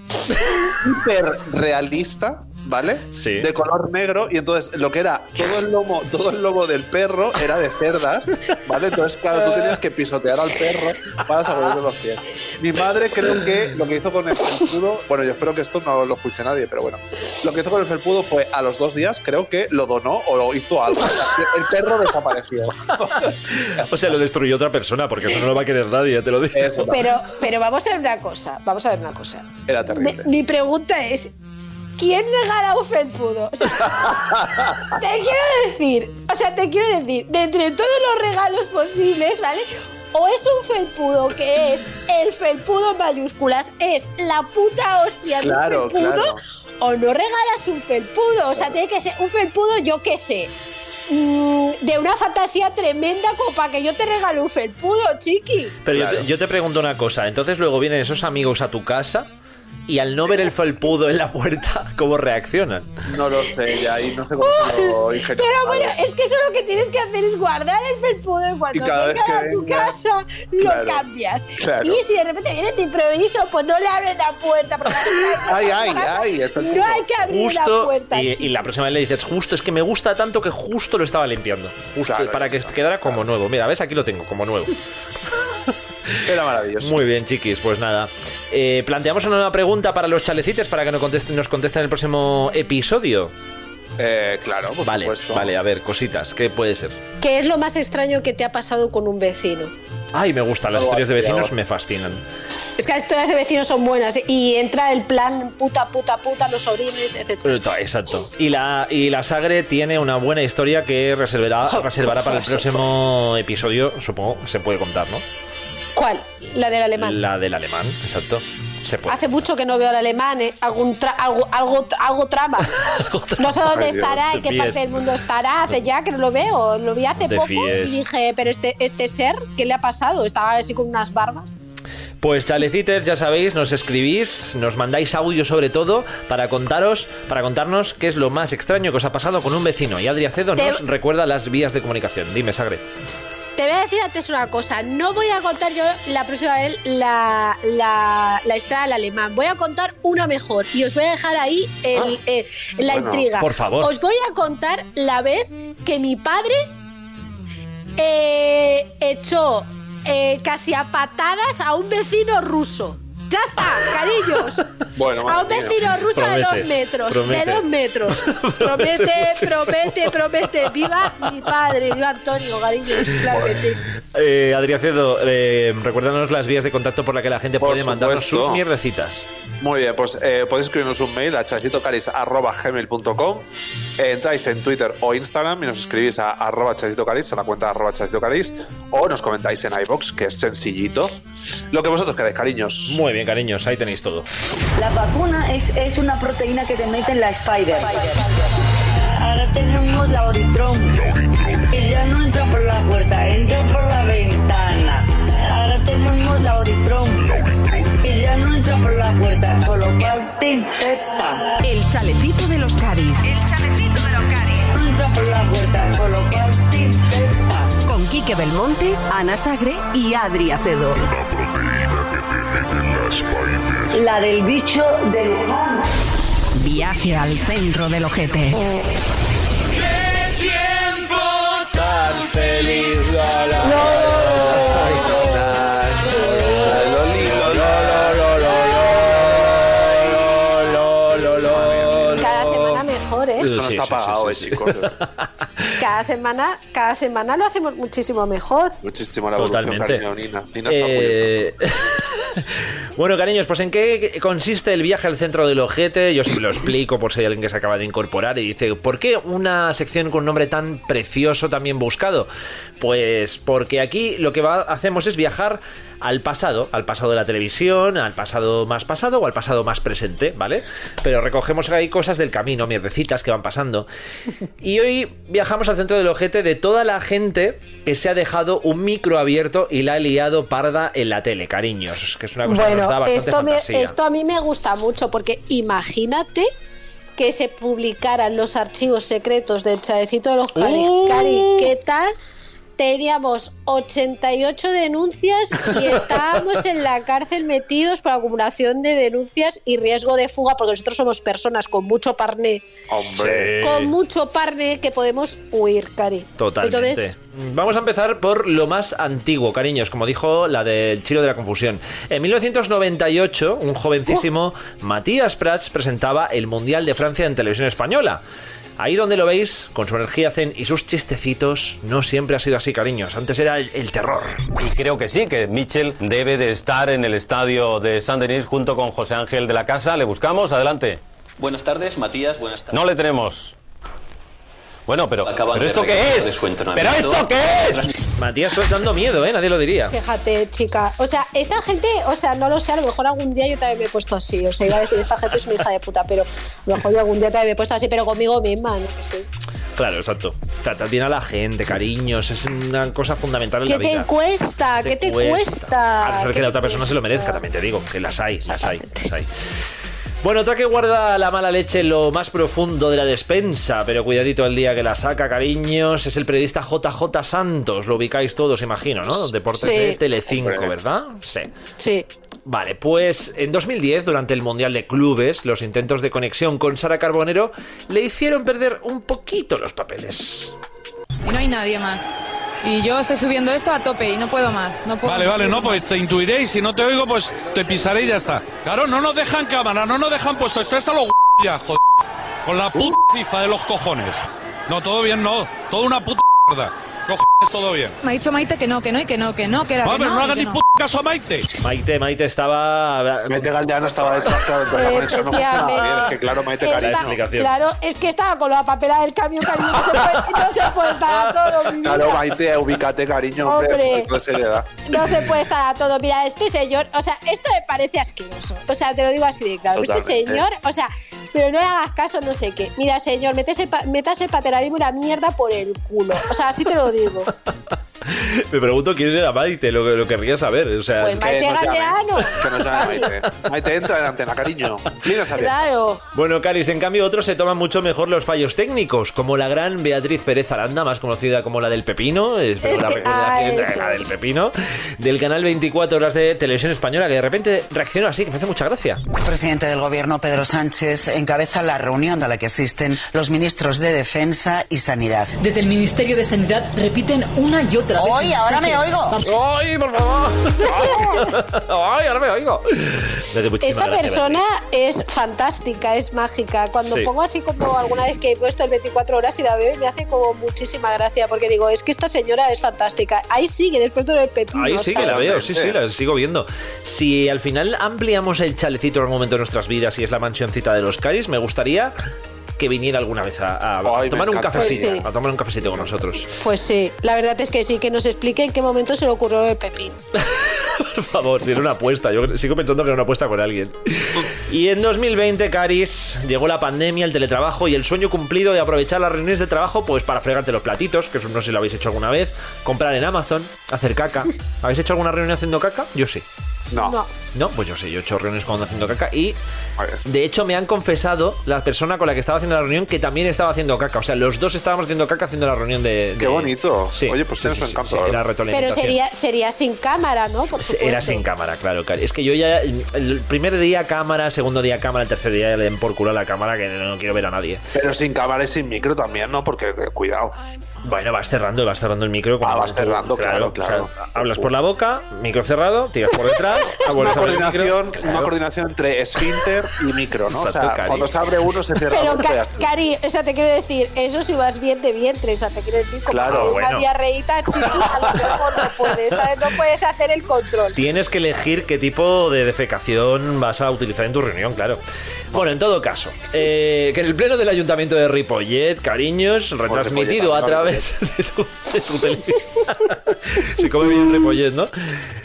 A: hiper realista. ¿Vale?
F: Sí.
A: De color negro. Y entonces lo que era todo el lomo, todo el lomo del perro era de cerdas. ¿Vale? Entonces, claro, tú tenías que pisotear al perro para sacudirle los pies. Mi madre creo que lo que hizo con el felpudo. Bueno, yo espero que esto no lo escuche nadie, pero bueno. Lo que hizo con el felpudo fue a los dos días, creo que lo donó o lo hizo algo. O sea, El perro desapareció.
F: O sea, lo destruyó otra persona, porque eso no lo va a querer nadie, ya te lo digo.
G: Pero, pero vamos a ver una cosa, vamos a ver una cosa.
A: Era
G: Me- mi pregunta es, ¿quién regala un felpudo? O sea, te quiero decir, o sea, te quiero decir, de entre todos los regalos posibles, ¿vale? O es un felpudo que es el felpudo en mayúsculas, es la puta hostia de
A: Claro,
G: un felpudo,
A: claro.
G: o no regalas un felpudo. O sea, tiene que ser un felpudo, yo qué sé. mm, De una fantasía tremenda como para que yo te regale un felpudo, chiqui.
F: Pero yo, te, yo te pregunto una cosa, entonces luego vienen esos amigos a tu casa y al no ver el felpudo en la puerta, ¿cómo reaccionan?
A: No lo sé, ya, y no sé cómo se lo ingenió.
G: Pero bueno, eh, es que eso lo que tienes que hacer es guardar el felpudo y cuando
A: Y cada
G: vengan
A: vez
G: a
A: que
G: tu
A: venga,
G: casa
A: claro,
G: lo cambias.
A: claro.
G: Y si de repente viene de improviso, pues no le abres la puerta. Porque
A: Ay, ay,
G: no pasa-
A: ay, el felpudo.
G: No hay que abrir la
F: Justo,
G: puerta.
F: y, y
G: chico.
F: la próxima vez le dices, justo, es que me gusta tanto que justo lo estaba limpiando. Justo,
A: Claro,
F: para
A: ya
F: que quedara como nuevo. Mira, ves, aquí lo tengo, como nuevo.
A: Era maravilloso.
F: Muy bien, chiquis, pues nada. Eh, planteamos una nueva pregunta para los chalecites para que nos contesten, nos contesten en el próximo episodio.
A: Eh, claro, por
F: vale,
A: supuesto.
F: Vale, a ver, cositas, ¿qué puede ser?
G: ¿Qué es lo más extraño que te ha pasado con un vecino?
F: Ay, me gustan las
A: Algo
F: historias de vecinos,
A: así,
F: me fascinan.
G: Es que las historias de vecinos son buenas y entra el plan puta, puta, puta, los orines, etc.
F: Eh, ta- Exacto. Y la, y la Sagre tiene una buena historia que reservará, reservará para el próximo episodio, supongo que se puede contar, ¿no?
G: ¿Cuál? La del alemán.
F: La del alemán, exacto. Se puede.
G: Hace mucho que no veo al alemán, ¿eh? Algún tra- algo, algo, algo trama. No sé dónde
F: Ay, Dios,
G: estará,
F: te
G: en qué
F: fíes.
G: parte del mundo estará, hace ya que no lo veo. Lo vi hace
F: Te
G: poco
F: fíes.
G: y dije, pero este, este ser, ¿qué le ha pasado? Estaba así con unas barbas.
F: Pues chaleciters, ya sabéis, nos escribís, nos mandáis audio sobre todo para contaros, para contarnos qué es lo más extraño que os ha pasado con un vecino. Y Adri Acedo
G: Te-
F: nos recuerda las vías de comunicación. Dime, Sagre.
G: Te voy a decir antes una cosa, no voy a contar yo la próxima vez la, la, la historia del alemán, voy a contar una mejor y os voy a dejar ahí
A: Ah.
G: el- eh, la
F: Bueno,
G: intriga.
F: por favor.
G: Os voy a contar la vez que mi padre eh, echó eh, casi a patadas a un vecino ruso. Ya está, cariños.
A: Bueno,
G: A
A: madre
G: un
A: mía.
G: vecino ruso de dos
A: Promete,
G: metros.
A: promete.
G: De dos metros. promete, promete, promete. Viva mi padre, viva Antonio, cariños. Claro que sí.
F: Eh, Adri Acedo, eh, recuérdanos las vías de contacto por la que la gente
A: Por
F: puede mandarnos
A: supuesto.
F: sus mierdecitas.
A: Muy bien, pues eh, podéis escribirnos un mail a chacitocaris.gmail.com Eh, Entráis en Twitter o Instagram y nos escribís a arroba chacitocaris, a la cuenta arroba chacitocaris, o nos comentáis en iBox, que es sencillito. Lo que vosotros queráis, cariños.
F: Muy bien, cariños, ahí tenéis todo.
Q: La vacuna es, es una proteína que te mete en la Spider. Ahora tenemos la Oritron. Y ya no entra por la puerta, entra por la ventana. Ahora tenemos la Oritron. Y ya no entra por la puerta, por lo cual te infecta.
B: El chalecito de los Caris. El chalecito de los Caris.
Q: Entra por la puerta, por lo cual te infecta.
B: Con Quique Belmonte, Ana Sagre y Adri Acedo.
Q: La del bicho de Luján.
B: Viaje al centro del ojete.
N: ¡Qué tiempo!
I: Tan feliz la la la
G: Cada semana mejor, ¿eh?
A: Esto no está pagado, eh, chicos.
G: Cada semana, cada semana lo hacemos muchísimo mejor.
A: Muchísimo la evolución,
F: Totalmente.
A: cariño, Nina. Nina está
F: Eh, bueno, cariños, pues ¿en qué consiste el viaje al centro del ojete? Yo siempre lo explico por si hay alguien que se acaba de incorporar y dice, ¿por qué una sección con un nombre tan precioso, tan bien buscado? Pues porque aquí lo que va- hacemos es viajar al pasado, al pasado de la televisión, al pasado más pasado o al pasado más presente, ¿vale? Pero recogemos ahí cosas del camino, mierdecitas que van pasando. Y hoy viajamos al centro del ojete de toda la gente que se ha dejado un micro abierto y la ha liado parda en la tele, cariños. Es Que es una cosa que nos da
G: Bueno,
F: bastante
G: esto, me-
F: fantasía.
G: esto a mí me gusta mucho porque imagínate que se publicaran los archivos secretos del Chalecito de los
F: ¡Uh!
G: Cari. Cari, ¿qué tal? Teníamos 88 denuncias y estábamos en la cárcel metidos por acumulación de denuncias y riesgo de fuga porque nosotros somos personas con mucho parné,
A: Hombre.
G: con mucho parné que podemos huir, Cari.
F: Totalmente.
G: Entonces,
F: Mm, Vamos a empezar por lo más antiguo, cariños, como dijo la del Chilo de la Confusión. En 1998, un jovencísimo Matías Prats presentaba el Mundial de Francia en televisión española. Ahí donde lo veis, con su energía zen y sus chistecitos, no siempre ha sido así, cariños. Antes era el, el terror.
R: Y creo que sí, que Mitchell debe de estar en el estadio de San Denis junto con José Ángel de la Casa. Le buscamos, adelante.
S: Buenas tardes, Matías. Buenas tardes.
R: No le tenemos. Bueno, pero,
S: Acaban
R: ¿pero
S: de
R: esto qué
S: regresar de
R: es?
S: su
R: ¿Pero
S: entrenamiento.
R: esto qué es?
F: Matías, estás dando miedo, ¿eh? Nadie lo diría.
G: Fíjate, chica. O sea, esta gente, o sea, no lo sé, a lo mejor algún día yo también me he puesto así. O sea, iba a decir, esta gente es una hija de puta, pero a lo mejor yo algún día también me he puesto así, pero conmigo misma, no sé.
F: Claro, exacto. Tratar bien a la gente, cariños, es una cosa fundamental en
G: ¿Qué
F: la vida.
G: te cuesta? ¿Qué te
F: A no
G: cuesta?
F: ser que la otra persona se lo merezca, también te digo, que las hay, las hay, las hay. Bueno, otra que guarda la mala leche en lo más profundo de la despensa, pero cuidadito el día que la saca, cariños, es el periodista JJ Santos, lo ubicáis todos, imagino, ¿no? Deportes
G: Sí.
F: de Telecinco, ¿verdad? Sí.
G: Sí.
F: Vale, pues en 2010, durante el Mundial de Clubes, los intentos de conexión con Sara Carbonero le hicieron perder un poquito los papeles.
T: No hay nadie más. Y yo estoy subiendo esto a tope y no puedo más. No puedo
U: Vale, vale, no, pues te intuiréis. Si no te oigo, pues te pisaré y ya está. Claro, no nos dejan cámara, no nos dejan puesto. Esto está lo ya, joder. Con la puta FIFA de los cojones. No, todo bien, no. Todo una puta mierda. Cojones, todo bien.
T: Me ha dicho Maite que no, que no y que no, que no, que era
U: Va,
T: que
U: pero
T: no.
U: no
T: y
U: hagas
T: que
U: ni
T: no.
U: puto caso a Maite.
F: Maite, Maite estaba.
A: Maite Galdeano estaba desplazado en la conexión. No funciona
G: Pues, Efectivamente.
A: bien. Es que claro, Maite
G: Está-
A: Galdeano.
G: Claro, es que estaba con la papelera del camión, cariño, no se puede, no se puede estar a todo, mi vida.
A: Claro, Maite, ubícate, cariño, hombre,
G: Hombre.
A: con toda seriedad.
G: No se puede estar a todo. Mira, este señor, o sea, esto me parece asqueroso. O sea, te lo digo así de claro. Este
A: Totalmente.
G: señor, o sea, pero no le hagas caso, no sé qué. Mira, señor, métase, pa- métase paterarismo y la mierda por el culo. O sea, así te lo digo.
F: Me pregunto quién era Maite, lo, que- lo querría saber. O sea,
G: Pues Maite
A: Que no llame,
G: Galdeano.
A: Que no llame Maite. Maite, entra en antena, cariño. Líneas abiertas.
G: Claro.
F: Bueno, Caris, en cambio otros se toman mucho mejor los fallos técnicos, como la gran Beatriz Pérez Aranda, más conocida como la del Pepino, es,
G: Es
F: la,
G: que-
F: recuerda
G: ah,
F: así,
G: eso
F: la del Pepino, del canal 24 horas de televisión española, que de repente reaccionó así, que me hace mucha gracia.
V: El presidente del gobierno, Pedro Sánchez, encabeza la reunión a la que asisten los ministros de Defensa y Sanidad.
W: Desde el Ministerio de Sanidad repiten una y otra vez.
V: Hoy, ahora me oigo.
F: ¡Ay, por favor! ¡Ay, ahora me oigo! Me hace muchísima
G: Esta
F: gracia,
G: persona es fantástica, es mágica. Cuando
F: Sí.
G: pongo así como alguna vez que he puesto el 24 horas y la veo, me hace como muchísima gracia porque digo, es que esta señora es fantástica. Ahí sigue, después de lo del pepino.
F: Ahí sí que
G: ¿sabes?
F: la veo, sí, sí, la sigo viendo. Si al final ampliamos el chalecito en un momento de nuestras vidas y es la mansioncita de los Caris, me gustaría que viniera alguna vez a, a- a
A: me
F: tomar un
A: encanta.
F: cafecito,
G: Pues sí.
F: a tomar un cafecito con nosotros.
G: Pues sí, la verdad es que sí, que nos explique en qué momento se le ocurrió el pepino.
F: Por favor, tiene una apuesta. Yo sigo pensando que era una apuesta con alguien. Y en 2020, Caris, llegó la pandemia, el teletrabajo y el sueño cumplido de aprovechar las reuniones de trabajo pues para fregarte los platitos, que eso no sé si lo habéis hecho alguna vez, comprar en Amazon, hacer caca. ¿Habéis hecho alguna reunión haciendo caca? Yo sí.
A: No.
G: No.
F: No, pues yo sé, yo he hecho reuniones cuando haciendo caca y de hecho me han confesado la persona con la que estaba haciendo la reunión que también estaba haciendo caca. O sea, los dos estábamos haciendo caca haciendo la reunión de.
A: Qué bonito. Oye, pues tiene su encanto, la
F: era
A: verdad.
G: Pero
F: retroalimentación.
G: sería, sería sin cámara, ¿no? Por
F: Era
G: supuesto.
F: sin cámara, claro, claro. Es que yo ya. El primer día cámara, segundo día cámara, el tercer día ya le den por culo a la cámara que no quiero ver a nadie.
A: Pero sin cámara y sin micro también, ¿no? Porque, eh, cuidado.
F: Bueno, vas cerrando, vas cerrando el micro. cuando
A: Ah, vas cerrando, claro, claro.
F: hablas por la boca, micro cerrado, tiras por detrás,
A: Es
F: vuelves
A: una
F: a abrir el micro.
A: coordinación, una
F: Claro.
A: coordinación entre esfínter y micro, ¿no?
F: Exacto,
A: o sea,
F: Cari.
A: cuando se abre uno se cierra
G: Pero,
A: otro.
G: Ca-
A: ya está.
G: Cari, o sea, te quiero decir, eso si vas bien de vientre, o sea, te quiero decir, como
F: Claro,
G: una
F: bueno.
G: diarreíta chiquita, a lo mejor no puedes, ¿sabes? No puedes hacer el control.
F: Tienes que elegir qué tipo de defecación vas a utilizar en tu reunión, claro. Bueno, en todo caso, eh, que en el pleno del ayuntamiento de Ripollet, cariños, retransmitido a
A: Ripollet, no,
F: través de tu, de tu tele- Se come bien Ripollet, ¿no?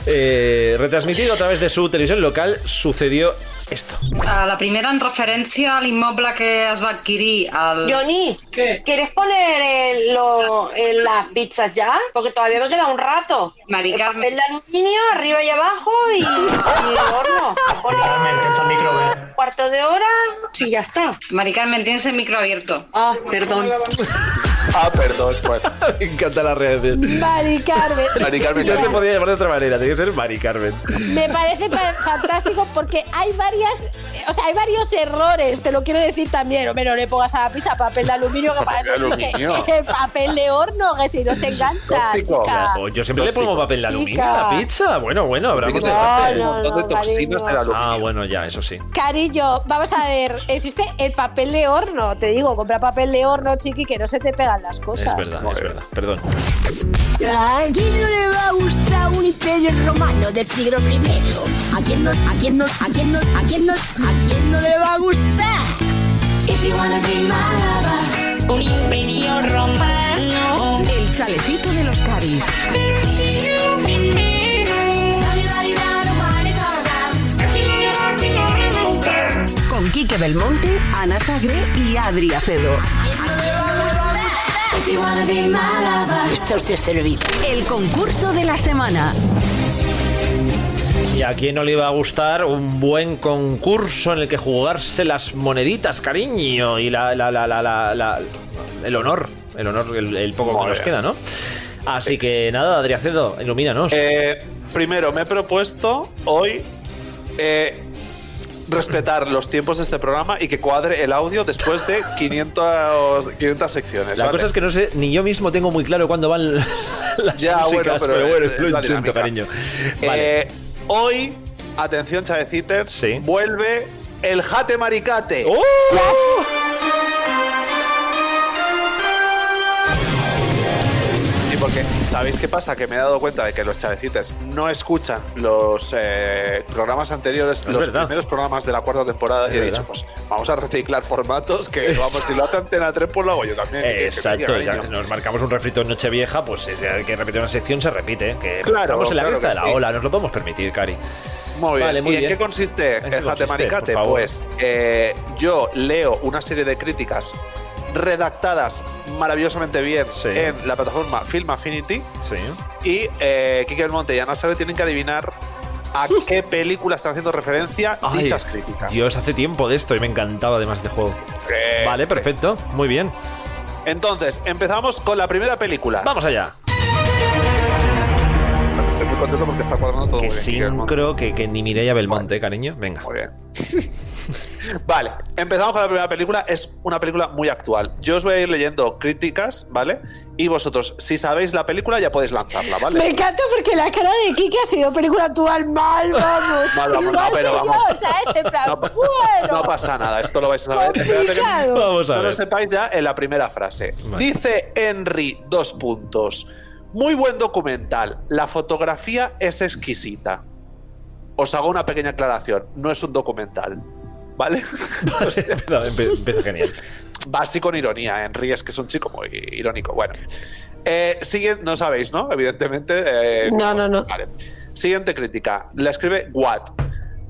F: Eh, retransmitido a través de su televisión local, sucedió esto.
X: A la primera en referència a l'immoble que es va adquirir al...
Q: Johnny, ¿quieres poner eh, lo- eh, las pizzas ya? Porque todavía me queda un rato.
X: Mari
Q: El
X: Carmen.
Q: papel de aluminio arriba y abajo y, y el horno. Cuarto de hora, sí, ya está.
X: Mari Carmen, tienes el micro abierto.
Q: Ah, perdón.
A: Ah, perdón, bueno.
F: Me encanta la reacción.
G: Mari Carmen.
F: Mari Carmen, no se podía llamar de otra manera, tenía que ser Mari Carmen.
G: Me parece pa- fantástico porque hay varias, o sea, hay varios errores, te lo quiero decir también. Hombre, no le pongas a la pizza papel de aluminio, que para
F: Papel
G: eso
F: de
G: existe
F: aluminio.
G: el papel de horno, que si no se engancha, chica.
F: O pues yo siempre le pongo
A: Tóxico.
F: papel de aluminio
G: Chica.
F: a la pizza. Bueno, bueno, habrá
A: Porque
F: que
A: te
G: está-
F: testar.
G: No, no, no, cariño.
F: Ah, bueno, ya, eso sí.
G: Cariño, vamos a ver, existe el papel de horno, te digo, compra papel de horno, chiqui, que no se te pegan las cosas.
F: Es verdad, es verdad. Perdón.
Y: ¿A quién no le va a gustar un imperio romano del siglo I? ¿A quién no, a quién no, a quién no, a quién no, a quién no le va a gustar?
X: Un imperio romano. El chalecito de los caris.
Z: Con Quique Belmonte, Ana Sagre y Adri Acedo.
Y: Está usted servido.
Z: El concurso de la semana.
F: ¿Y a quién no le iba a gustar un buen concurso en el que jugarse las moneditas, cariño? Y la, la, la, la, la- la- el honor, el honor, el, el poco que nos queda, ¿no? Así que nada, Adriacedo, ilumínanos.
A: Eh, primero, me he propuesto hoy eh, respetar los tiempos de este programa y que cuadre el audio después de 500, 500 secciones.
F: La
A: ¿vale?
F: cosa es que no sé, ni yo mismo tengo muy claro cuándo van las
A: Ya,
F: músicas,
A: bueno, pero, es-
F: bueno,
A: es
F: lo
A: la
F: intento,
A: dinámica.
F: cariño.
A: Eh,
F: Vale.
A: hoy, atención, Chaveciter, vuelve el Jate Maricate.
F: Oh,
A: Y porque, ¿sabéis qué pasa? Que me he dado cuenta de que los chavecites no escuchan los eh, programas anteriores, los
F: verdad.
A: primeros programas de la cuarta temporada,
F: Es
A: y he
F: verdad.
A: dicho, pues vamos a reciclar formatos, que vamos, si lo hace Antena 3, pues lo hago yo también. que- que
F: Eh, Exacto,
A: cambia,
F: ya
A: cariño.
F: nos marcamos un refrito en Nochevieja, pues eh, hay que repetir una sección, se repite. Que pues,
A: Claro,
F: estamos en la
A: claro
F: cresta
A: que
F: de la
A: sí.
F: ola, nos lo podemos permitir, Cari.
A: Muy bien.
F: Vale, muy
A: ¿Y
F: bien.
A: en qué consiste
F: ¿En qué
A: el Jate
F: consiste,
A: Maricate?
F: por favor?
A: Pues eh, yo leo una serie de críticas redactadas maravillosamente bien en la plataforma Film Affinity
F: Sí.
A: y eh, Kike Belmonte y Ana Sabe tienen que adivinar a qué película están haciendo referencia
F: Ay,
A: dichas críticas.
F: Dios, hace tiempo de esto y me encantaba además este juego.
A: Eh,
F: Vale, perfecto, muy bien.
A: Entonces, empezamos con la primera película.
F: Vamos allá.
A: Estoy muy contento porque está cuadrando todo
F: Que
A: muy bien, Quique Belmonte.
F: sincro, que, que ni Mireia Belmonte, cariño. Venga.
A: Muy bien. Vale, empezamos con la primera película. Es una película muy actual. Yo os voy a ir leyendo críticas, ¿vale? Y vosotros, si sabéis la película, ya podéis lanzarla, ¿vale?
G: Me encanta porque la cara de Kike ha sido película actual mal, vamos.
A: Mal, vamos, no,
G: Igual
A: pero
G: que yo,
A: vamos.
G: ¿sabes? En plan,
A: No,
G: bueno.
A: No pasa nada, esto lo vais a saber. Espérate que
G: Complicado.
F: Vamos a
A: no lo
F: ver.
A: sepáis ya en la primera frase.
F: Vale.
A: Dice Henry, dos puntos. Muy buen documental. La fotografía es exquisita. Os hago una pequeña aclaración. No es un documental. ¿Vale? O sea,
F: Empieza- empe- empieza genial.
A: va así con ironía. Henry es que es un chico muy irónico. Bueno. Eh, siguiente, no sabéis, ¿no? Evidentemente. eh,
G: No, no, no.
A: Vale. Siguiente crítica. La escribe Watt.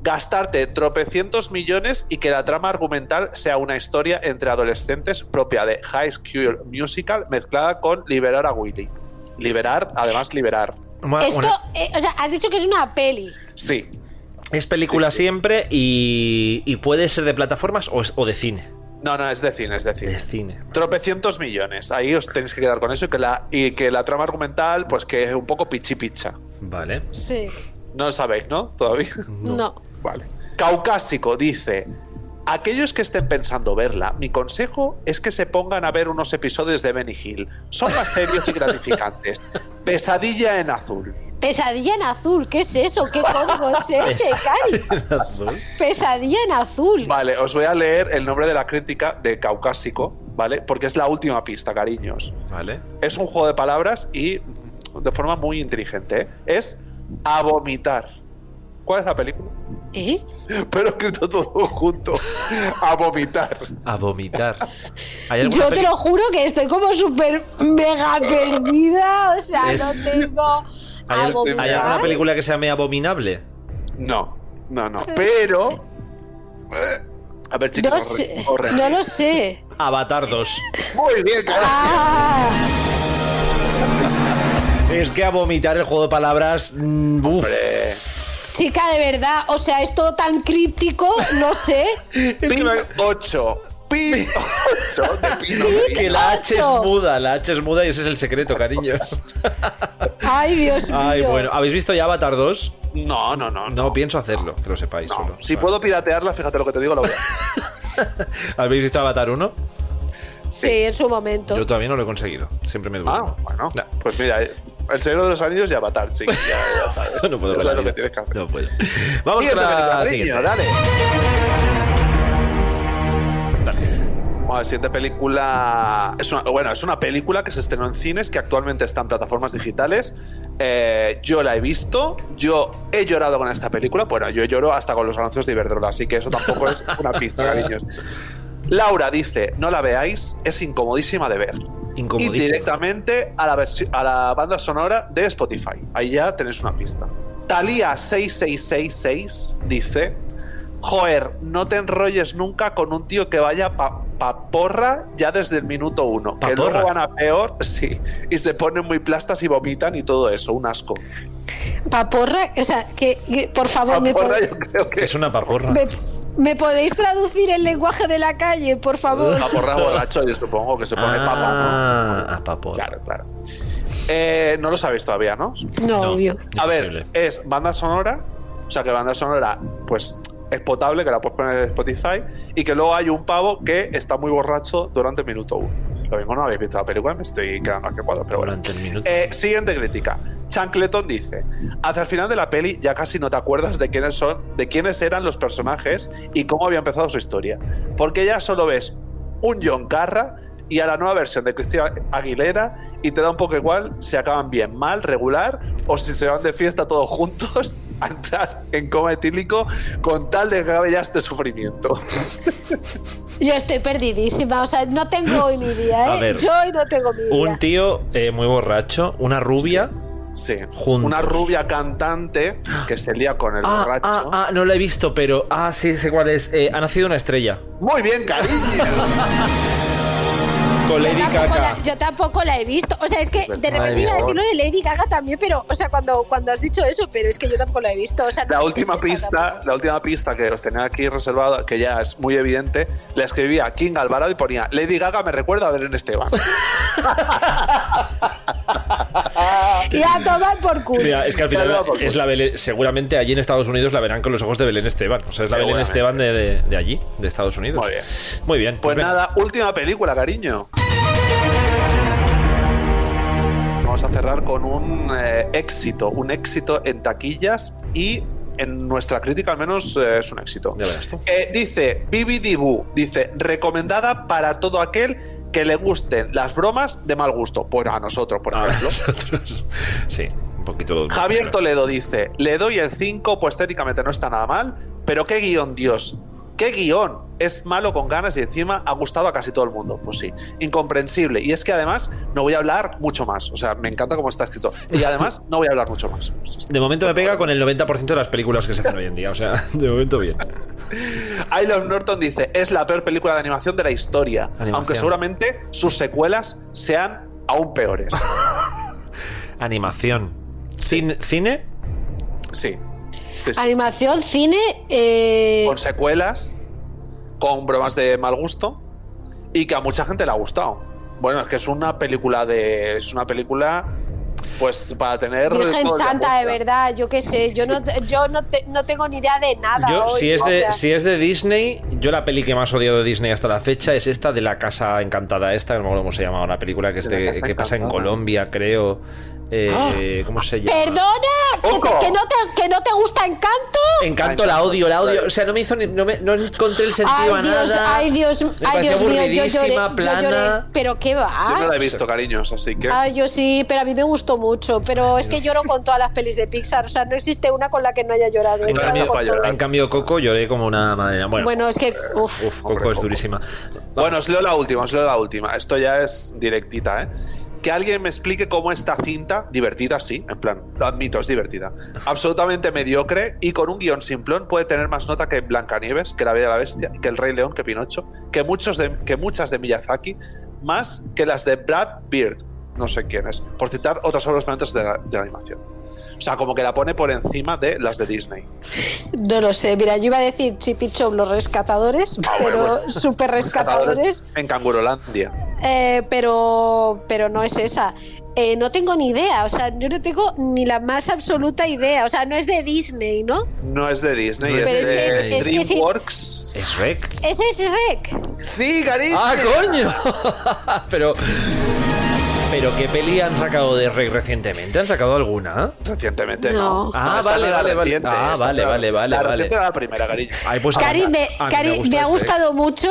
A: Gastarte tropecientos millones y que la trama argumental sea una historia entre adolescentes propia de High School Musical mezclada con Liberar a Willy. Liberar, además, liberar.
G: Esto, eh, o sea, has dicho que es una peli.
A: Sí.
F: Es película siempre y, y puede ser de plataformas o, es- o de cine.
A: No, no, es de cine, es de cine.
F: De cine.
A: Tropecientos millones. Ahí os tenéis que quedar con eso y que la, y que la trama argumental, pues que es un poco pichi picha.
F: Vale.
G: Sí.
A: No lo sabéis, ¿no? Todavía.
G: No.
A: Vale. Caucásico dice: Aquellos que estén pensando verla, mi consejo es que se pongan a ver unos episodios de Benny Hill. Son más serios y gratificantes. Pesadilla en azul.
G: Pesadilla en azul, ¿qué es eso? ¿Qué código es ese, Cari? Pesadilla en azul.
A: Vale, os voy a leer el nombre de la crítica de Caucásico, ¿vale? Porque es la última pista, cariños.
F: Vale.
A: Es un juego de palabras y mm, de forma muy inteligente. ¿eh? Es a vomitar. ¿Cuál es la película?
G: ¿Eh?
A: Pero escrito todo junto. A vomitar.
F: A vomitar. ¿Hay alguna
G: Yo te
F: peli-
G: lo juro que estoy como súper mega perdida. O sea,
F: Es-
G: no tengo.
F: ¿Hay, al-
G: abominar.
F: hay alguna película que se llame Abominable?
A: No, no, no. Pero. eh, A ver, chicos,
G: No
A: os re-
G: sé,
A: os re-
G: no lo sé.
F: Avatar 2.
A: Muy bien,
G: Ah,
F: Es que a vomitar el juego de palabras. mm, uf.
G: chica, de verdad, o sea, es todo tan críptico, no sé.
A: Pin 8. Pin 8 de Pino.
F: Que la H es muda, la H es muda y ese es el secreto, cariño.
G: Ay, Dios mío.
F: Ay, bueno. ¿Habéis visto ya Avatar 2?
A: No, no, no.
F: No pienso hacerlo, que lo sepáis solo.
A: Si
F: Vale.
A: puedo piratearla, fíjate lo que te digo, la voy a-
F: ¿Habéis visto Avatar 1?
G: Sí, en su momento.
F: eh, Yo todavía no lo he conseguido. Siempre me duermo.
A: Bueno, pues mira, eh, El Señor de los Anillos y Avatar, chicos.
F: no puedo con
A: Eso
F: la
A: es lo
F: vida.
A: que tienes que hacer.
F: No puedo. Vamos con
A: Siguiente película,
F: la
A: niño,
F: siguiente.
A: dale. Bueno, la siguiente película. Es una, bueno, es una película que se estrenó en cines, que actualmente está en plataformas digitales. Eh, yo la he visto, yo he llorado con esta película. Bueno, yo lloro hasta con los anuncios de Iberdrola, así que eso tampoco es una pista, cariños. Laura dice: No la veáis, es incomodísima de ver.
F: Incomodísima.
A: Y directamente a la, versi- a la banda sonora de Spotify. Ahí ya tenéis una pista. Talía6666 dice: Joder, no te enrolles nunca con un tío que vaya pa, pa porra ya desde el minuto uno.
F: Pa
A: que
F: porra.
A: luego van a peor, sí. Y se ponen muy plastas y vomitan y todo eso. Un asco.
G: Paporra, o sea, que, que, por favor, me,
A: Paporra,
G: pode-
A: yo creo que.
F: Es una paporra.
G: me, me podéis traducir el lenguaje de la calle, por favor.
A: Paporra borracho, yo supongo que se pone papo.
F: Ah, a papo.
A: Claro, claro. Eh, no lo sabéis todavía, ¿no?
G: No, obvio.
A: A ver, es banda sonora. O sea, que banda sonora, pues es potable, que la puedes poner en Spotify, y que luego hay un pavo que está muy borracho durante el minuto 1. Lo mismo no habéis visto la película, me estoy quedando aquí cuadro, pero bueno. Eh, siguiente crítica. Chancleton dice, hacia el final de la peli ya casi no te acuerdas de quiénes son, de quiénes eran los personajes y cómo había empezado su historia, porque ya solo ves un John Carra y a la nueva versión de Cristina Aguilera y te da un poco igual si acaban bien, mal, regular o si se van de fiesta todos juntos a entrar en coma etílico con tal de que acabe ya este sufrimiento.
G: Yo estoy perdidísima, o sea, no tengo hoy mi día, ¿eh?
F: A ver,
G: Yo hoy no tengo mi día.
F: Un tío eh, muy borracho, una rubia.
A: Sí.
F: Juntos.
A: Una rubia cantante que se lía con el
F: Ah,
A: borracho.
F: ah, ah, no la he visto, pero. Ah, sí, sé cuál es. Eh, ha nacido una estrella.
A: Muy bien, cariño.
F: Con Lady
G: yo, tampoco
F: Gaga.
G: pues la, yo tampoco la he visto. O sea, es que
A: Pues
G: de
F: Madre
G: repente iba a
F: mía.
G: decir lo de Lady Gaga también, pero, o sea, cuando, cuando has dicho eso, pero es que yo tampoco la he visto. O sea, no
A: La
G: me
A: última
G: interesa tampoco.
A: pista, la última pista que os tenía aquí reservada, que ya es muy evidente, la escribía King Alvarado y ponía Lady Gaga me recuerda a Belén Esteban. Pues
G: Y a tomar por culo.
F: Mira, es que al final
A: Claro, porque-
F: es la Belén- seguramente allí en Estados Unidos la verán con los ojos de Belén Esteban. O sea, es la Belén
A: Seguramente.
F: Esteban de, de- de allí, de Estados Unidos. Muy bien. Muy bien.
A: Pues
F: venga.
A: nada, última película, cariño. Vamos a cerrar con un eh, éxito, un éxito en taquillas y en nuestra crítica al menos eh, es un éxito. Eh, dice Bibi Dibu, dice recomendada para todo aquel que le gusten las bromas de mal gusto. Pues a nosotros, por ejemplo.
F: Pues Sí, un poquito.
A: Javier Toledo dice, le doy el 5, pues técnicamente no está nada mal, pero qué guión, Dios. ¿Qué guión? Es malo con ganas y encima ha gustado a casi todo el mundo. Pues sí, incomprensible. Y es que además no voy a hablar mucho más. O sea, me encanta cómo está escrito. Y además no voy a hablar mucho más. Pues
F: De momento me pega con el 90% de las películas que se hacen hoy en día. O sea, de momento bien.
A: I Love Norton dice, es la peor película de animación de la historia.
F: Animación.
A: Aunque seguramente sus secuelas sean aún peores.
F: Animación. Cin- ¿Cine?
A: Sí.
G: Animación, cine. eh,
A: Con secuelas, con bromas de mal gusto y que a mucha gente le ha gustado. Bueno, es que es una película de. Es una película. Pues para tener.
G: Virgen
A: todo el día
G: Santa, de
A: puesta.
G: verdad, yo qué sé, yo no, yo no, te- no tengo ni idea de nada.
F: Yo,
G: hoy,
F: si es,
G: o
F: de,
G: sea.
F: si es de Disney, yo la peli que más odio de Disney hasta la fecha es esta de La Casa Encantada. Esta, no me acuerdo cómo se llama, una película que, es
A: De la
F: de-
A: Casa
F: que pasa en
A: Encantada.
F: Colombia, creo. Eh,
G: ¡Ah!
F: ¿Cómo se llama?
G: Perdona, que, que no te, que no te gusta Encanto.
F: Encanto, la odio, la odio. O sea, no me hizo ni- no, me- no encontré el sentido
G: Ay
F: a nada.
G: Dios, ay Dios,
F: Me
G: ay
F: pareció
G: Dios mío, yo lloré,
F: aburridísima,
G: yo lloré,
F: plana.
G: pero qué
A: Yo no
G: va.
A: la he visto, cariños, así que.
G: Ay, yo sí, pero a mí me gustó mucho, pero es que lloro con todas las pelis de Pixar, o sea, no existe una con la que no haya llorado. he
F: En
G: llorado con
F: cambio,
G: todas.
F: en cambio, Coco lloré como una madre. ¿eh? Bueno,
G: Bueno, es que uf,
F: uf, Coco es durísima.
A: Bueno, os leo la última, os leo la última. Esto ya es directita, ¿eh? Que alguien me explique cómo esta cinta, divertida, sí, en plan, lo admito, es divertida, absolutamente mediocre y con un guión simplón puede tener más nota que Blancanieves, que La Bella y la Bestia, que El Rey León, que Pinocho, que, muchos de, que muchas de Miyazaki, más que las de Brad Beard, no sé quién es, por citar otras obras maestras de la, de la animación. O sea, como que la pone por encima de las de Disney.
G: no lo sé, mira, yo iba a decir Chip y Chop, los rescatadores, pero super rescatadores.
A: En Cangurolandia.
G: Eh, pero, pero no es esa. Eh, no tengo ni idea, o sea, yo no tengo ni la más absoluta idea, o sea, no es de Disney, ¿no?
A: No es de Disney,
F: No es
A: es,
F: Pero
A: de
F: es que es- es que sí.
A: DreamWorks.
F: Es Rec.
G: Ese es Rec.
A: Sí, cariño.
F: ¡Ah, coño! pero. Pero qué peli han sacado de Rec recientemente. ¿Han sacado alguna?
A: Recientemente
G: No. no.
F: Ah,
A: esta
F: vale,
A: no era
F: vale, vale.
A: reciente,
F: Ah,
A: esta
F: vale,
A: no era-
F: vale, vale,
A: La
F: vale.
A: reciente era la primera, cariño.
F: Ay, pues
G: Cari,
F: a-
G: me,
F: a mí
G: Cari, me,
F: gusta
G: ha
F: el
G: gustado mucho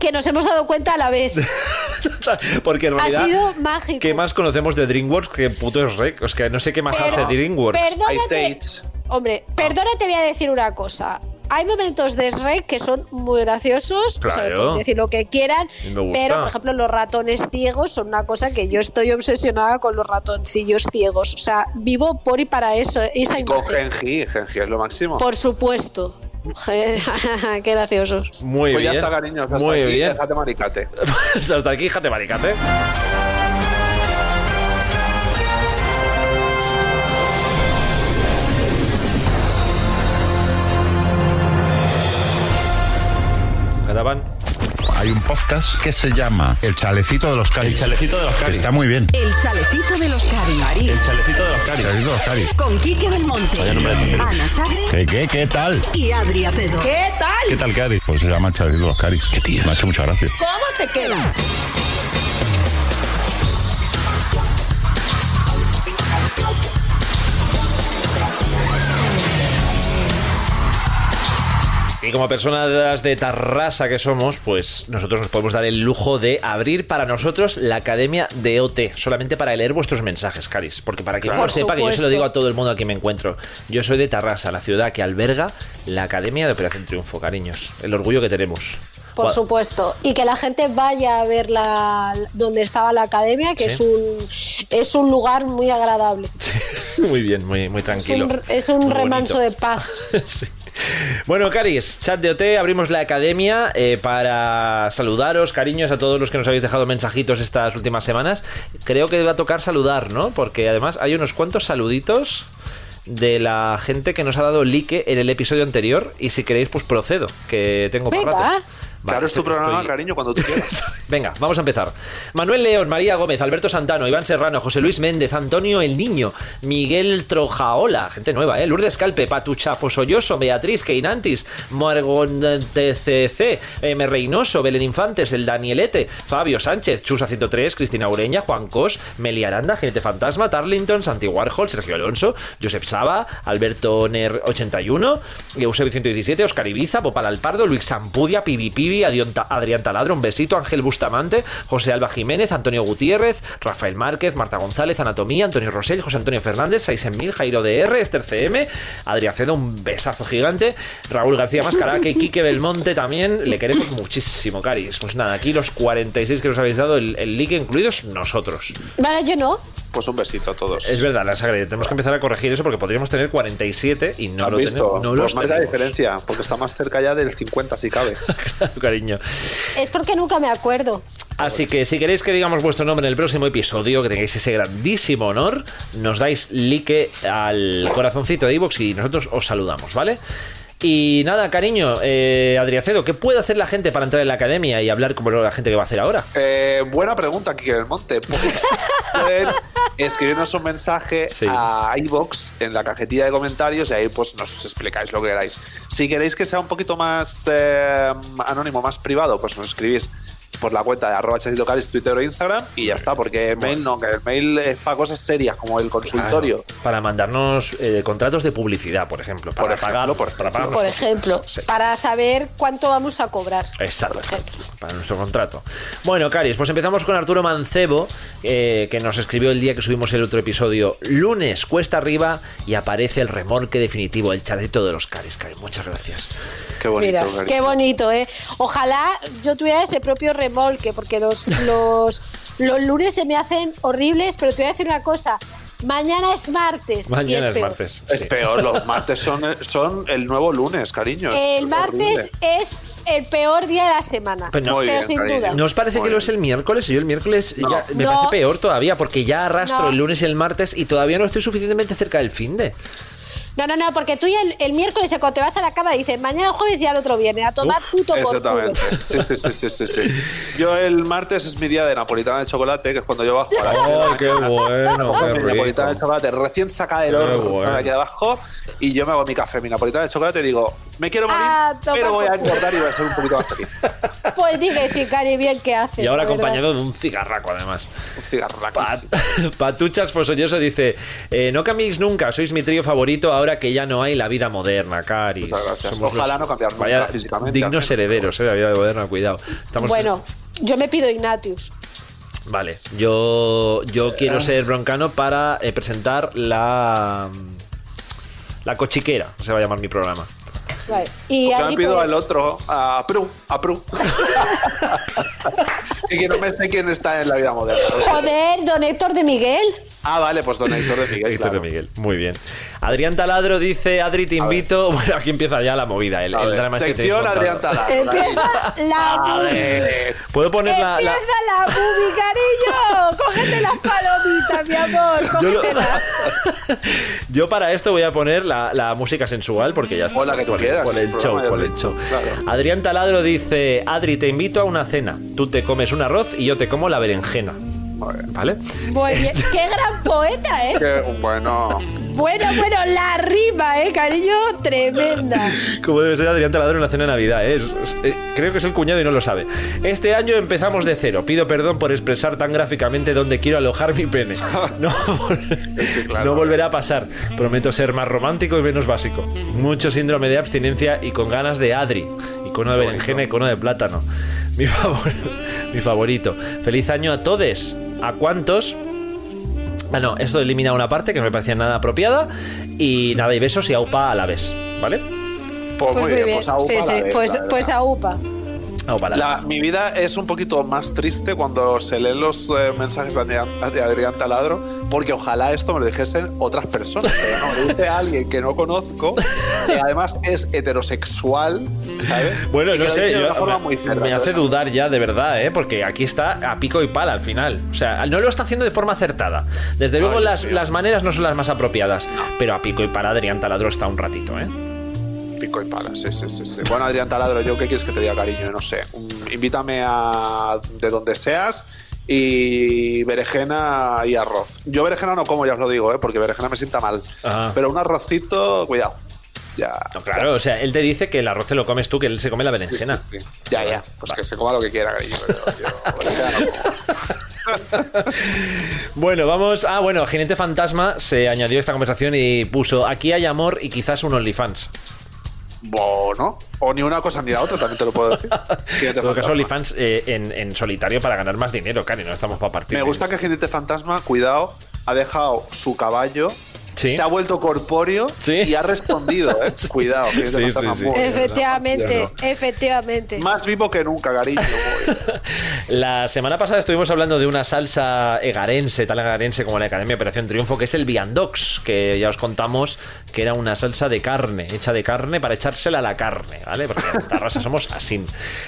G: que nos hemos dado cuenta a la vez.
F: Rec. Porque en
G: ha
F: realidad.
G: sido mágico.
F: ¿Qué más conocemos de DreamWorks que puto es Rec? Es que no sé qué más
G: Pero-
F: hace DreamWorks.
G: perdóname. Hombre, perdona, te voy a decir una cosa. Hay momentos de Shrek que son muy graciosos, o sea,
F: Claro.
G: pueden decir lo que quieran,
F: Y me gusta.
G: pero por ejemplo los ratones ciegos son una cosa que yo estoy obsesionada con los ratoncillos ciegos, o sea, vivo por y para eso, ¿eh? esa
A: Y con
G: imagen.
A: Genji, Genji es lo máximo.
G: Por supuesto. Qué graciosos.
F: Muy
A: pues
F: bien.
A: ya está, cariño. Hasta
F: Muy
A: aquí,
F: bien.
A: déjate maricate.
F: Hasta aquí, jate maricate. Cataban.
C: Hay un podcast que se llama El Chalecito de los Cari. El Chalecito de los Cari. Está muy bien.
Z: El chalecito de los Cari.
C: El Chalecito de los Cari. El Chalecito de los Cari.
Z: Con Quique Belmonte.
C: Vaya nombre de nombre.
Z: Ana Sagre
C: ¿Qué, qué, qué tal?
Z: y Adri Acedo. ¿Qué tal?
C: ¿Qué tal, Cari? Pues se llama El Chalecito de los Caris. Qué tío. Me ha hecho mucha gracia.
Y: ¿Cómo te quedas?
F: Y como personas de Tarrasa que somos, pues nosotros nos podemos dar el lujo de abrir para nosotros la Academia de OT, solamente para leer vuestros mensajes, Caris. Porque para que
D: Claro.
F: no
D: Por
F: sepa, que yo se lo
D: supuesto.
F: digo a todo el mundo a quien me encuentro. Yo soy de Tarrasa, la ciudad que alberga la Academia de Operación Triunfo, cariños. El orgullo que tenemos.
G: Por
F: Gua-
G: supuesto. Y que la gente vaya a ver la, donde estaba la academia, que
F: Sí.
G: es, un, es un lugar muy agradable.
F: Muy bien, muy, muy
G: Es
F: tranquilo.
G: un, es un
F: Muy
G: remanso
F: bonito.
G: de paz.
F: Sí. Bueno, Caris, chat de OT, abrimos la academia eh, para saludaros, cariños a todos los que nos habéis dejado mensajitos estas últimas semanas. Creo que va a tocar saludar, ¿no? Porque además hay unos cuantos saluditos de la gente que nos ha dado like en el episodio anterior y si queréis pues procedo, que tengo para
A: Venga.
F: rato.
A: Claro, es tu programa,
F: cariño, cuando tú quieras. Venga, vamos a empezar. Manuel León, María Gómez, Alberto Santano, Iván Serrano, José Luis Méndez, Antonio El Niño, Miguel Trojaola, gente nueva, ¿eh? Lourdes Calpe, Patucha Fosolloso, Beatriz Keinantis, Morgon TCC, M. Reynoso, Belén Infantes, El Danielete, Fabio Sánchez, Chusa 103, Cristina Ureña, Juan Cos, Meli Aranda, Gente Fantasma, Tarlington, Santi Warhol, Sergio Alonso, Josep Saba, Alberto Ner 81, Eusebio 117, Oscar Ibiza, Popal Alpardo, Luis Sampudia, Pibi Pibi, Adionta- Adrián Taladro, un besito, Ángel Bustamante, José Alba Jiménez, Antonio Gutiérrez, Rafael Márquez, Marta González, Anatomía, Antonio Rosell, José Antonio Fernández, 6000, Jairo DR, Esther CM, Adrián Cedo, un besazo gigante, Raúl García Mascaraque, Quique Belmonte también, le queremos muchísimo, Caris. Pues nada, aquí los 46 que nos habéis dado, el, el like incluidos nosotros.
G: Vale, yo no.
A: Pues un besito a todos.
F: Es verdad, la sagre, tenemos que empezar a corregir eso porque podríamos tener 47 y no
A: ¿Has
F: lo
A: visto?
F: tenemos. No
A: pues
F: los
A: marca la
F: tenemos.
A: diferencia, porque está más cerca ya del 50 si cabe.
F: Claro, cariño.
G: Es porque nunca me acuerdo.
A: Ah,
F: Así que si queréis que digamos vuestro nombre en el próximo episodio, que tengáis ese grandísimo honor, nos dais like al corazoncito de iVoox y nosotros os saludamos, ¿vale? Y nada, cariño, eh, Adriacedo, ¿qué puede hacer la gente para entrar en la academia y hablar como la gente que va a hacer ahora?
A: Eh, buena pregunta, Kike del Monte. Pues, pueden escribirnos un mensaje a iBox en la cajetilla de comentarios y ahí pues nos explicáis lo que queráis. Si queréis que sea un poquito más eh, anónimo, más privado, pues nos escribís por la cuenta de arroba chasitocalis, Twitter o Instagram y ya está, porque el mail no, que el mail es para cosas serias como el consultorio.
F: Claro, Ah, para mandarnos eh, contratos de publicidad, por ejemplo. Para pagarlo, para
A: pues
F: pagarnos
G: Por
F: cosas.
G: ejemplo,
F: Sí.
G: para saber cuánto vamos a cobrar.
F: Exacto, para nuestro contrato. Bueno, Caris, pues empezamos con Arturo Mancebo, eh, que nos escribió el día que subimos el otro episodio. Lunes, cuesta arriba y aparece el remorque definitivo, el chalecito de los Caris. Caris, muchas gracias.
A: Qué
G: Mira, qué bonito, ¿eh? Ojalá yo tuviera ese propio remolque, porque los, los, los lunes se me hacen horribles, pero te voy a decir una cosa. Mañana es martes. y es peor.
A: Es peor, los martes son, son el nuevo lunes, cariño. es
G: El martes
A: horrible.
G: es el peor día de la semana.
F: Pero
G: Pero,
F: Pues no-
G: sin duda.
F: ¿No os parece que lo es el miércoles? Yo el miércoles ya- me
G: No.
F: parece peor todavía, porque ya arrastro
G: No.
F: el lunes y el martes y todavía no estoy suficientemente cerca del fin de.
G: No, no, no, porque tú ya el, el miércoles cuando te vas a la cama dices mañana el jueves y al otro viene a tomar
A: Uf,
G: puto por culo".
A: Exactamente. Sí, sí, sí, sí, sí, sí. Yo el martes es mi día de napolitana de chocolate, que es cuando yo bajo a la
F: ¡Ay, qué bueno!
A: Mi napolitana de chocolate recién sacada del
F: Qué
A: horno
F: bueno.
A: aquí abajo y yo me hago mi café, mi napolitana de chocolate y digo, me quiero morir,
G: Ah, toma
A: pero voy a
G: por culo.
A: engordar y voy a ser un poquito más feliz.
G: Pues dije, sí, Cari, bien que haces.
F: Y ahora
G: la verdad.
F: acompañado de un cigarraco, además.
A: Un cigarraco.
F: Patuchas Fosolloso dice: eh, No cambiéis nunca, sois mi trío favorito ahora que ya no hay la vida moderna, Caris.
A: Muchas gracias.
F: Somos
A: Ojalá
F: los-
A: no cambiar nunca
F: vaya
A: físicamente, al
F: Dignos
A: menos.
F: herederos eh, de la vida moderna, cuidado. Estamos-
G: Bueno, yo me pido Ignatius.
F: Vale, yo, yo
A: Eh.
F: quiero ser broncano para eh, presentar la. La cochiquera, se va a llamar mi programa.
G: Vale. Y
A: Pues yo
G: Adri,
A: me pido
G: pues,
A: al otro, a Pru, a Pru. y que no me sé quién está en la vida moderna. o sea.
G: Joder, don Héctor de Miguel.
A: Ah, vale, pues don Héctor de Miguel.
F: Héctor de Miguel, muy bien. Adrián Taladro dice: Adri, te invito. Bueno, aquí empieza ya la movida, el, el drama es que tenéis
A: Sección
F: montado.
A: Adrián Taladro.
G: Empieza la
A: A
G: movida.
A: ver.
F: Puedo poner la- la,
G: Empieza la movie, cariño. Cógete las palomitas, mi amor.
F: Yo, lo- Yo para esto voy a poner la, la música sensual porque ya está.
A: O la que tú
F: ¿Cuál es-
A: quieras,
F: cuál es
A: es
F: el
A: el
F: show,
A: programa,
F: cuál
A: ya
F: es el
A: te
F: show.
A: he dicho,
F: Adrián Taladro dice, Adri, te invito a una cena. Tú te comes un arroz y yo te como la berenjena. ¿Vale?
G: Muy bien. Qué gran poeta, ¿eh?
A: bueno.
G: Bueno, bueno, la rima, ¿eh, cariño? Tremenda.
F: Como debe ser Adrián Taladro en la cena de Navidad, ¿eh? Es- es- eh, creo que es el cuñado y no lo sabe. Este año empezamos de cero. Pido perdón por expresar tan gráficamente dónde quiero alojar mi pene. No, no volverá a pasar. Prometo ser más romántico y menos básico. Mucho síndrome de abstinencia y con ganas de Adri. Icono de berenjena, icono de plátano. Mi, favor- mi favorito. Feliz año a todos. ¿A cuántos? Ah, no, esto elimina una parte que no me parecía nada apropiada. Y nada, y besos y aupa a la vez, ¿vale?
A: Pues,
G: Pues
A: muy
G: muy
A: bien,
G: bien.
A: pues aupa
G: Sí,
A: la
G: sí.
A: vez,
G: Pues,
A: la verdad.
G: pues a UPA.
F: Aupa la vez.
A: La- mi vida es un poquito más triste cuando se leen los eh, mensajes de Adrián, de Adrián Taladro, porque ojalá esto me lo dijesen otras personas. Pero no, me lo dice alguien que no conozco, que además es heterosexual, ¿sabes?
F: Bueno,
A: Y que
F: no
A: lo
F: sé,
A: dice de
F: yo-
A: una forma
F: me,
A: muy cerda.
F: me hace
A: Entonces,
F: dudar ya, de verdad, ¿eh? porque aquí está a pico y pala al final. O sea, no lo está haciendo de forma acertada. Desde luego, las, las maneras no son las más apropiadas, pero a pico y pala Adrián Taladro está un ratito, ¿eh?
A: Pico y pala, sí, sí, sí, sí. Bueno, Adrián Taladro, ¿yo qué quieres que te diga, cariño? No sé. Mm, Invítame a de donde seas y berenjena y arroz. Yo berenjena no como, ya os lo digo, ¿eh? porque berenjena me sienta mal. Pero un arrocito, cuidado. Ya.
F: No, claro, o sea, él te dice que el arroz te lo comes tú, que él se come la berenjena.
A: Sí, sí, sí. Ya, ya. Pues que se coma lo que quiera, cariño. pero yo- berenjena no.
F: Bueno, vamos. Ah, bueno, Jinete Fantasma se añadió a esta conversación y puso: aquí hay amor y quizás un OnlyFans.
A: Bueno, o ni una cosa ni la otra, también te lo puedo decir. Jinete
F: En todo caso,
A: fantasma.
F: OnlyFans eh, en, en solitario para ganar más dinero, Cari, no estamos para partir.
A: Me gusta que Jinete Fantasma, cuidado, ha dejado su caballo,
F: Sí.
A: se ha vuelto corpóreo y ha respondido. ¿eh? Cuidado, Jinete
F: Sí, sí,
A: Fantasma.
F: sí.
A: muy bien,
G: Efectivamente,
A: ¿no?
G: efectivamente.
A: Más vivo que nunca, cariño.
F: La semana pasada estuvimos hablando de una salsa egarense, tal egarense como la Academia Operación Triunfo, que es el Viandox, que ya os contamos que era una salsa de carne, hecha de carne para echársela a la carne, ¿vale? Porque en Tarrasa somos así.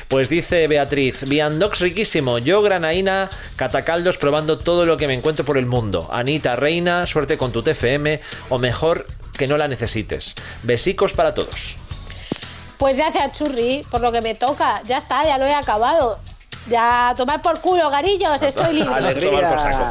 F: Pues dice Beatriz, Viandox riquísimo, yo granaina, catacaldos probando todo lo que me encuentro por el mundo. Anita, reina, suerte con tu TFM, o mejor que no la necesites. Besicos para todos.
G: Pues gracias, churri, por lo que me toca. Ya está, ya lo he acabado. Ya, tomad por culo, garillos, estoy libre.
F: A tomar por saco.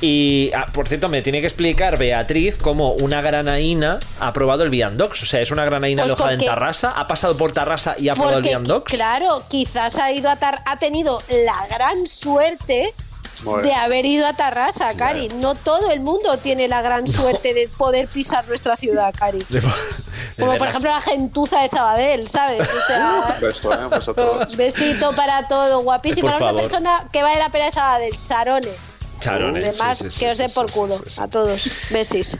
F: Y, ah, por cierto, me tiene que explicar Beatriz cómo una granaína ha probado el Viandox. O sea, es una granaína
G: Pues
F: alojada en
G: porque-
F: Tarrasa, ha pasado por Tarrasa y ha probado el
G: Porque,
F: Viandox.
G: claro, quizás ha ido a Tar- ha tenido la gran suerte
F: Bueno.
G: de haber ido a Tarrasa, Cari. No todo el mundo tiene la gran suerte de poder pisar nuestra ciudad, Cari. Como por
A: veras.
G: ejemplo la gentuza de Sabadel, ¿sabes? O sea,
A: Beso, ¿eh? Beso a todos.
G: besito para todo, guapísimo.
A: Por
G: Para una
A: favor.
G: persona que vale la pena es Sabadel, Charone.
F: Charone,
G: Además,
F: sí, sí, sí,
G: que os
F: sí,
G: dé por culo a todos. Besis.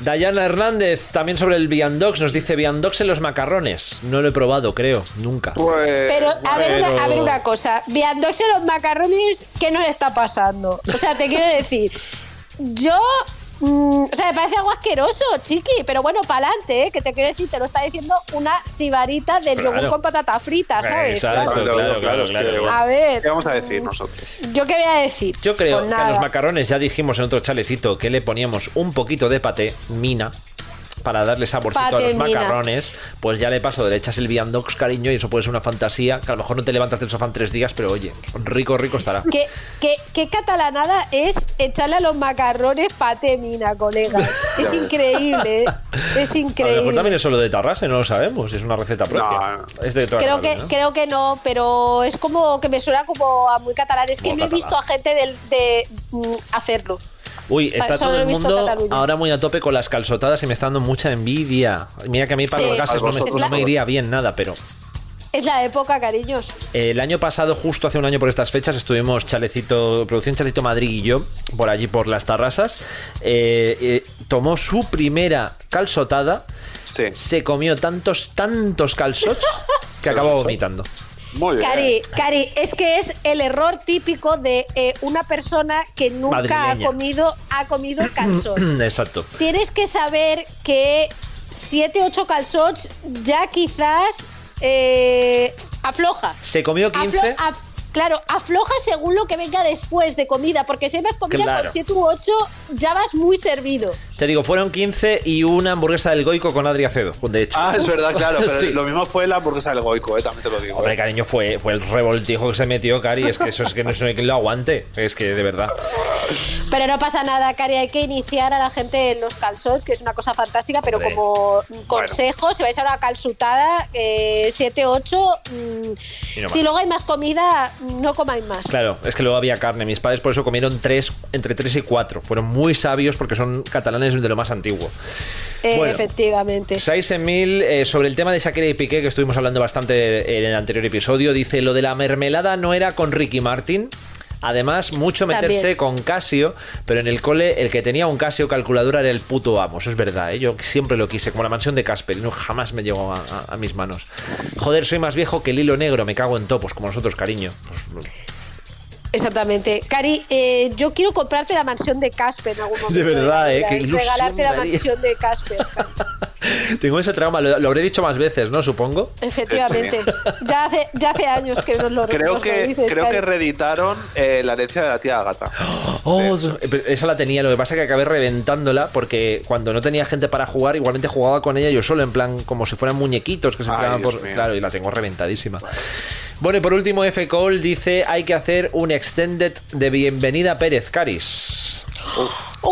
F: Dayana Hernández, también sobre el Viandox, nos dice Viandox en los macarrones. No lo he probado, creo, nunca.
A: Pues,
G: Pero a ver, una, a ver una cosa, viándose los macarrones, ¿qué nos está pasando? O sea, te quiero decir, yo... mm, o sea, me parece algo asqueroso, chiqui, pero bueno, para adelante, que te quiero decir, te lo está diciendo una sibarita del
A: Claro.
G: yogur con patata frita, ¿sabes?
F: Eh, Exacto, claro, claro,
A: es que,
F: claro.
A: bueno,
G: A ver.
A: ¿Qué vamos a decir nosotros?
G: ¿Yo qué voy a decir?
F: Yo creo
G: Pues
F: que a los
G: nada.
F: macarrones ya dijimos en otro chalecito que le poníamos un poquito de paté, mina, para darle saborcito a
G: Paté,
F: los
G: mina.
F: macarrones. Pues ya le paso, le echas el viandox, cariño, y eso puede ser una fantasía, que a lo mejor no te levantas del sofá en tres días, pero oye, rico, rico estará.
G: ¿Qué, qué, qué catalanada es echarle a los macarrones paté mina, colega? Es increíble, ¿eh? es
F: A lo mejor
G: increíble.
F: también es solo de Tarrasa, y no lo sabemos, es una receta propia. Es de toda
G: Creo
F: Cataluña,
G: que,
F: ¿no?
G: creo que no, pero es como que me suena como a muy catalán. Es que
F: Como
G: no he
F: catalán.
G: visto a gente del- de, mm, hacerlo.
F: Uy,
G: O sea,
F: está
G: solo
F: todo
G: lo he
F: el
G: visto en
F: mundo
G: Cataluña.
F: ahora muy a tope con las calzotadas y me está dando mucha envidia. Mira que a mí para
G: Sí.
F: los gases
G: A
F: no me,
G: vosotros,
F: no me
G: ¿no?
F: iría bien nada, pero...
G: Es la época, cariños.
F: El año pasado, justo hace un año por estas fechas, estuvimos Chalecito, Producción Chalecito Madrid y yo, por allí por las terrazas. Eh, eh, tomó su primera calzotada, se comió tantos, tantos calzots que acabó vomitando.
A: Muy
G: Cari, Cari, es que es el error típico de eh, una persona que nunca
F: Madrileña.
G: ha comido ha comido calzots.
F: Exacto.
G: Tienes que saber que 7, 8 calzots ya quizás eh, afloja.
F: Se comió 15.
G: Aflo- af- Claro, afloja según lo que venga después de comida, porque si vas comida
F: Claro.
G: con 7 u 8, ya vas muy servido.
F: Te digo, fueron 15 y una hamburguesa del Goico con Adri Acedo, de hecho.
A: Ah, es verdad, claro. Pero
F: Sí.
A: lo mismo fue la hamburguesa del Goico, eh, también te lo digo.
F: Hombre, cariño, fue, fue el revoltijo que se metió, Cari. Es que eso es que no es que lo aguante. Es que de verdad.
G: Pero no pasa nada, Cari, hay que iniciar a la gente en los calzots, que es una cosa fantástica, pero
F: Hombre.
G: como consejo, si vais a una calzutada, eh, 7, 8,
F: Y no
G: mm, si
F: más.
G: luego hay más comida, no comáis más.
F: Claro, es que luego había carne. Mis padres por eso comieron tres, entre tres y cuatro. Fueron muy sabios porque son catalanes de lo más antiguo.
G: Eh,
F: Bueno.
G: Efectivamente.
F: Saiz Emil, eh, sobre el tema de Shakira y Piqué, que estuvimos hablando bastante en el anterior episodio, dice, lo de la mermelada no era con Ricky Martin. Además, mucho meterse
D: También.
F: con Casio, pero en el cole el que tenía un Casio calculadora era el puto amo, eso es verdad, ¿eh? yo siempre lo quise, como la mansión de Casper, y no jamás me llegó a, a- a mis manos. Joder, soy más viejo que el hilo negro, me cago en topos, como nosotros, cariño. Pues,
G: Exactamente. Cari, eh, yo quiero comprarte la mansión de Casper en algún momento.
F: verdad,
G: mi
F: eh,
G: vida
F: qué
G: y
F: ilusión
G: Regalarte la
F: me haría.
G: mansión de Casper.
F: tengo ese trauma, lo, lo habré dicho más veces, ¿no? Supongo.
G: Efectivamente. Ya hace, ya hace años que nos lo
A: Creo
G: nos lo
A: que,
G: dices,
A: creo que
G: Cari. ¡Ah,
A: reeditaron eh, la herencia de la tía Agata.
F: Oh, pero esa la tenía, lo que pasa es que acabé reventándola porque cuando no tenía gente para jugar, igualmente jugaba con ella yo solo, en plan como si fueran muñequitos que se
A: Ay,
F: tiraban
A: Dios
F: por.
A: mío.
F: Claro, y la tengo reventadísima. Bueno, y por último, F. Cole dice: hay que hacer un extended de bienvenida Pérez Caris.
G: ¡Uh!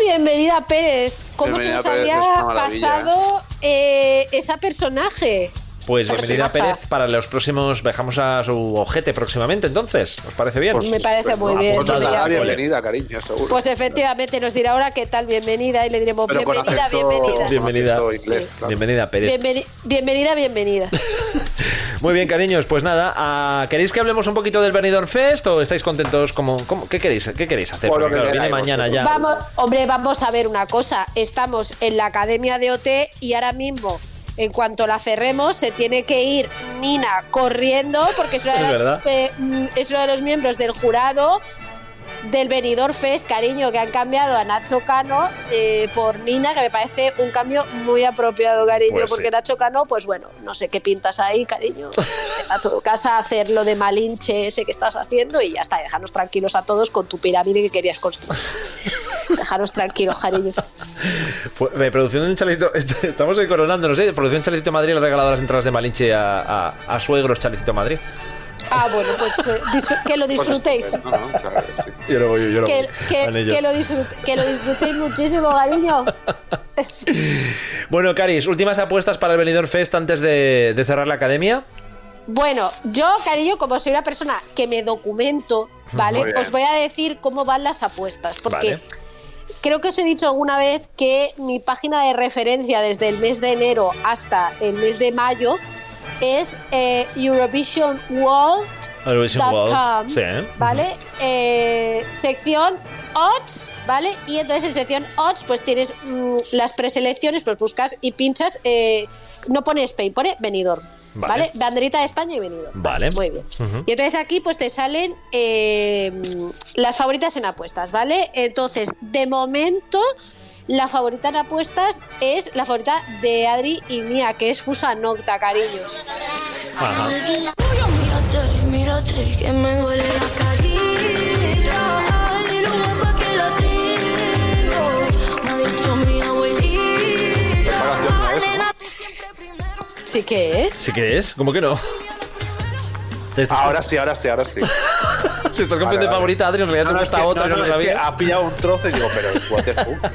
G: Bienvenida Pérez. ¿Cómo
F: Bienvenida
G: se nos
F: Pérez, es
G: había
F: una maravilla,
G: pasado eh, esa personaje?
F: Pues
G: Pues
F: bienvenida
G: baja.
F: Pérez para los próximos. Dejamos a su ojete próximamente, entonces. ¿Os parece bien?
G: Pues, Me parece muy bien,
A: Pues nos
G: Julia.
A: dará bienvenida, cariño, seguro.
G: Pues efectivamente nos dirá ahora qué tal, bienvenida, y le diremos
A: Pero con
G: bienvenida,
A: acento-
G: bienvenida.
F: Bienvenida, bienvenida Pérez.
G: Bienveni- bienvenida, bienvenida.
F: Muy bien, cariños, pues nada, ah, ¿queréis que hablemos un poquito del Benidorm Fest o estáis contentos como cómo- qué queréis, qué queréis hacer?
A: Por lo
F: Porque,
A: que
F: claro, viene
A: queráis,
F: mañana ya.
G: Vamos, hombre, vamos a ver una cosa. Estamos en la academia de OT y ahora mismo, en cuanto la cerremos, se tiene que ir Nina corriendo porque es una de,
F: Es
G: las,
F: verdad.
G: eh, mm, es uno de los miembros del jurado del Benidorm Fest, cariño, que han cambiado a Nacho Cano eh, por Nina, que me parece un cambio muy apropiado, cariño,
F: Pues sí.
G: porque Nacho Cano, pues bueno, no sé qué pintas ahí, cariño. Vete a tu casa a hacer lo de malinche ese que estás haciendo y ya está, déjanos tranquilos a todos con tu pirámide que querías construir. Dejaros tranquilos, cariño.
F: Fu- eh, producción del chalecito, estamos ahí coronándonos, ¿eh? Producción Chalecito Madrid le ha regalado las entradas de Malinche a, a- a suegros Chalecito Madrid.
G: Ah, bueno, pues, pues, disfr- que lo disfrutéis.
F: Yo lo voy, yo lo
G: Que,
F: voy
G: que-
F: con ellos.
G: que lo disfrute- que lo disfrutéis muchísimo, cariño.
F: Bueno, Caris, últimas apuestas para el Benidorm Fest antes de, de cerrar la academia.
G: Bueno, yo, cariño, como soy una persona que me documento,
F: Muy
G: ¿vale?
F: bien.
G: Os voy a decir cómo van las apuestas, porque
F: Vale.
G: creo que os he dicho alguna vez que mi página de referencia desde el mes de enero hasta el mes de mayo es eh,
F: Eurovision World.
G: eurovisionworld.com,
F: Sí, ¿eh?
G: ¿vale? Eh, sección odds, ¿vale? Y entonces en sección odds pues tienes mm, las preselecciones, pues buscas y pinchas, eh, no pone Spain, pone Benidorm,
F: Vale.
G: ¿vale? Banderita de España y Benidorm.
F: Vale.
G: Muy bien.
F: Ujú.
G: Y entonces aquí pues te salen eh, las favoritas en apuestas, ¿vale? Entonces, de momento, la favorita en apuestas es la favorita de Adri y mía, que es Fusa Nocta, cariños.
F: Ajá.
E: Mírate, mírate, que me duele la carita. Ay, dile un guapa que la tengo. Me ha dicho mi abuelita. Nena,
G: ¿Sí que es?
F: ¿Sí que es? ¿Cómo que no?
A: Ahora sí, ahora sí, ahora sí.
F: Te estás confiando de favorita, Adri, en realidad te gusta
A: es que,
F: otra,
A: no,
F: yo no
A: es que
F: sabía.
A: ha pillado un trozo y digo, pero what the fuck.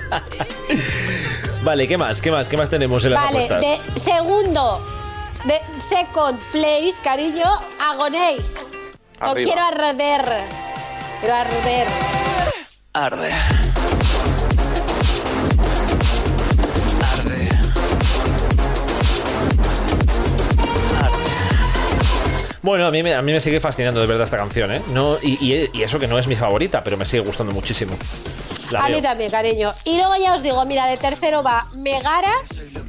F: Vale, ¿qué más? ¿Qué más? ¿Qué más tenemos en las
G: Vale,
F: apuestas?
G: de segundo, de second place, cariño, Agoney. Lo
F: Arriba.
G: quiero arder. Quiero arder.
I: Arde.
F: Bueno, a mí, me- a mí me sigue fascinando de verdad esta canción, ¿eh? No, y, y- y eso que no es mi favorita, pero me sigue gustando muchísimo. La
G: A
F: veo.
G: mí también, cariño. Y luego ya os digo, mira, de tercero va Megara,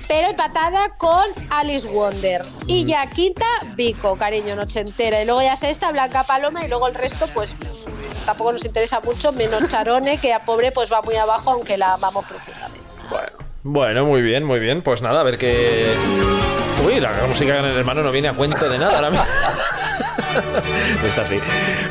G: pero empatada con Alice Wonder. Y
F: Mm.
G: ya quinta, Vico, cariño, noche entera. Y luego ya sexta, Blanca Paloma. Y luego el resto, pues tampoco nos interesa mucho, menos Charone, que a pobre pues va muy abajo, aunque la amamos profundamente.
F: Bueno, muy bien, muy bien. Pues nada, a ver qué. Uy, la música en el hermano no viene a cuento de nada ahora mismo. Está así.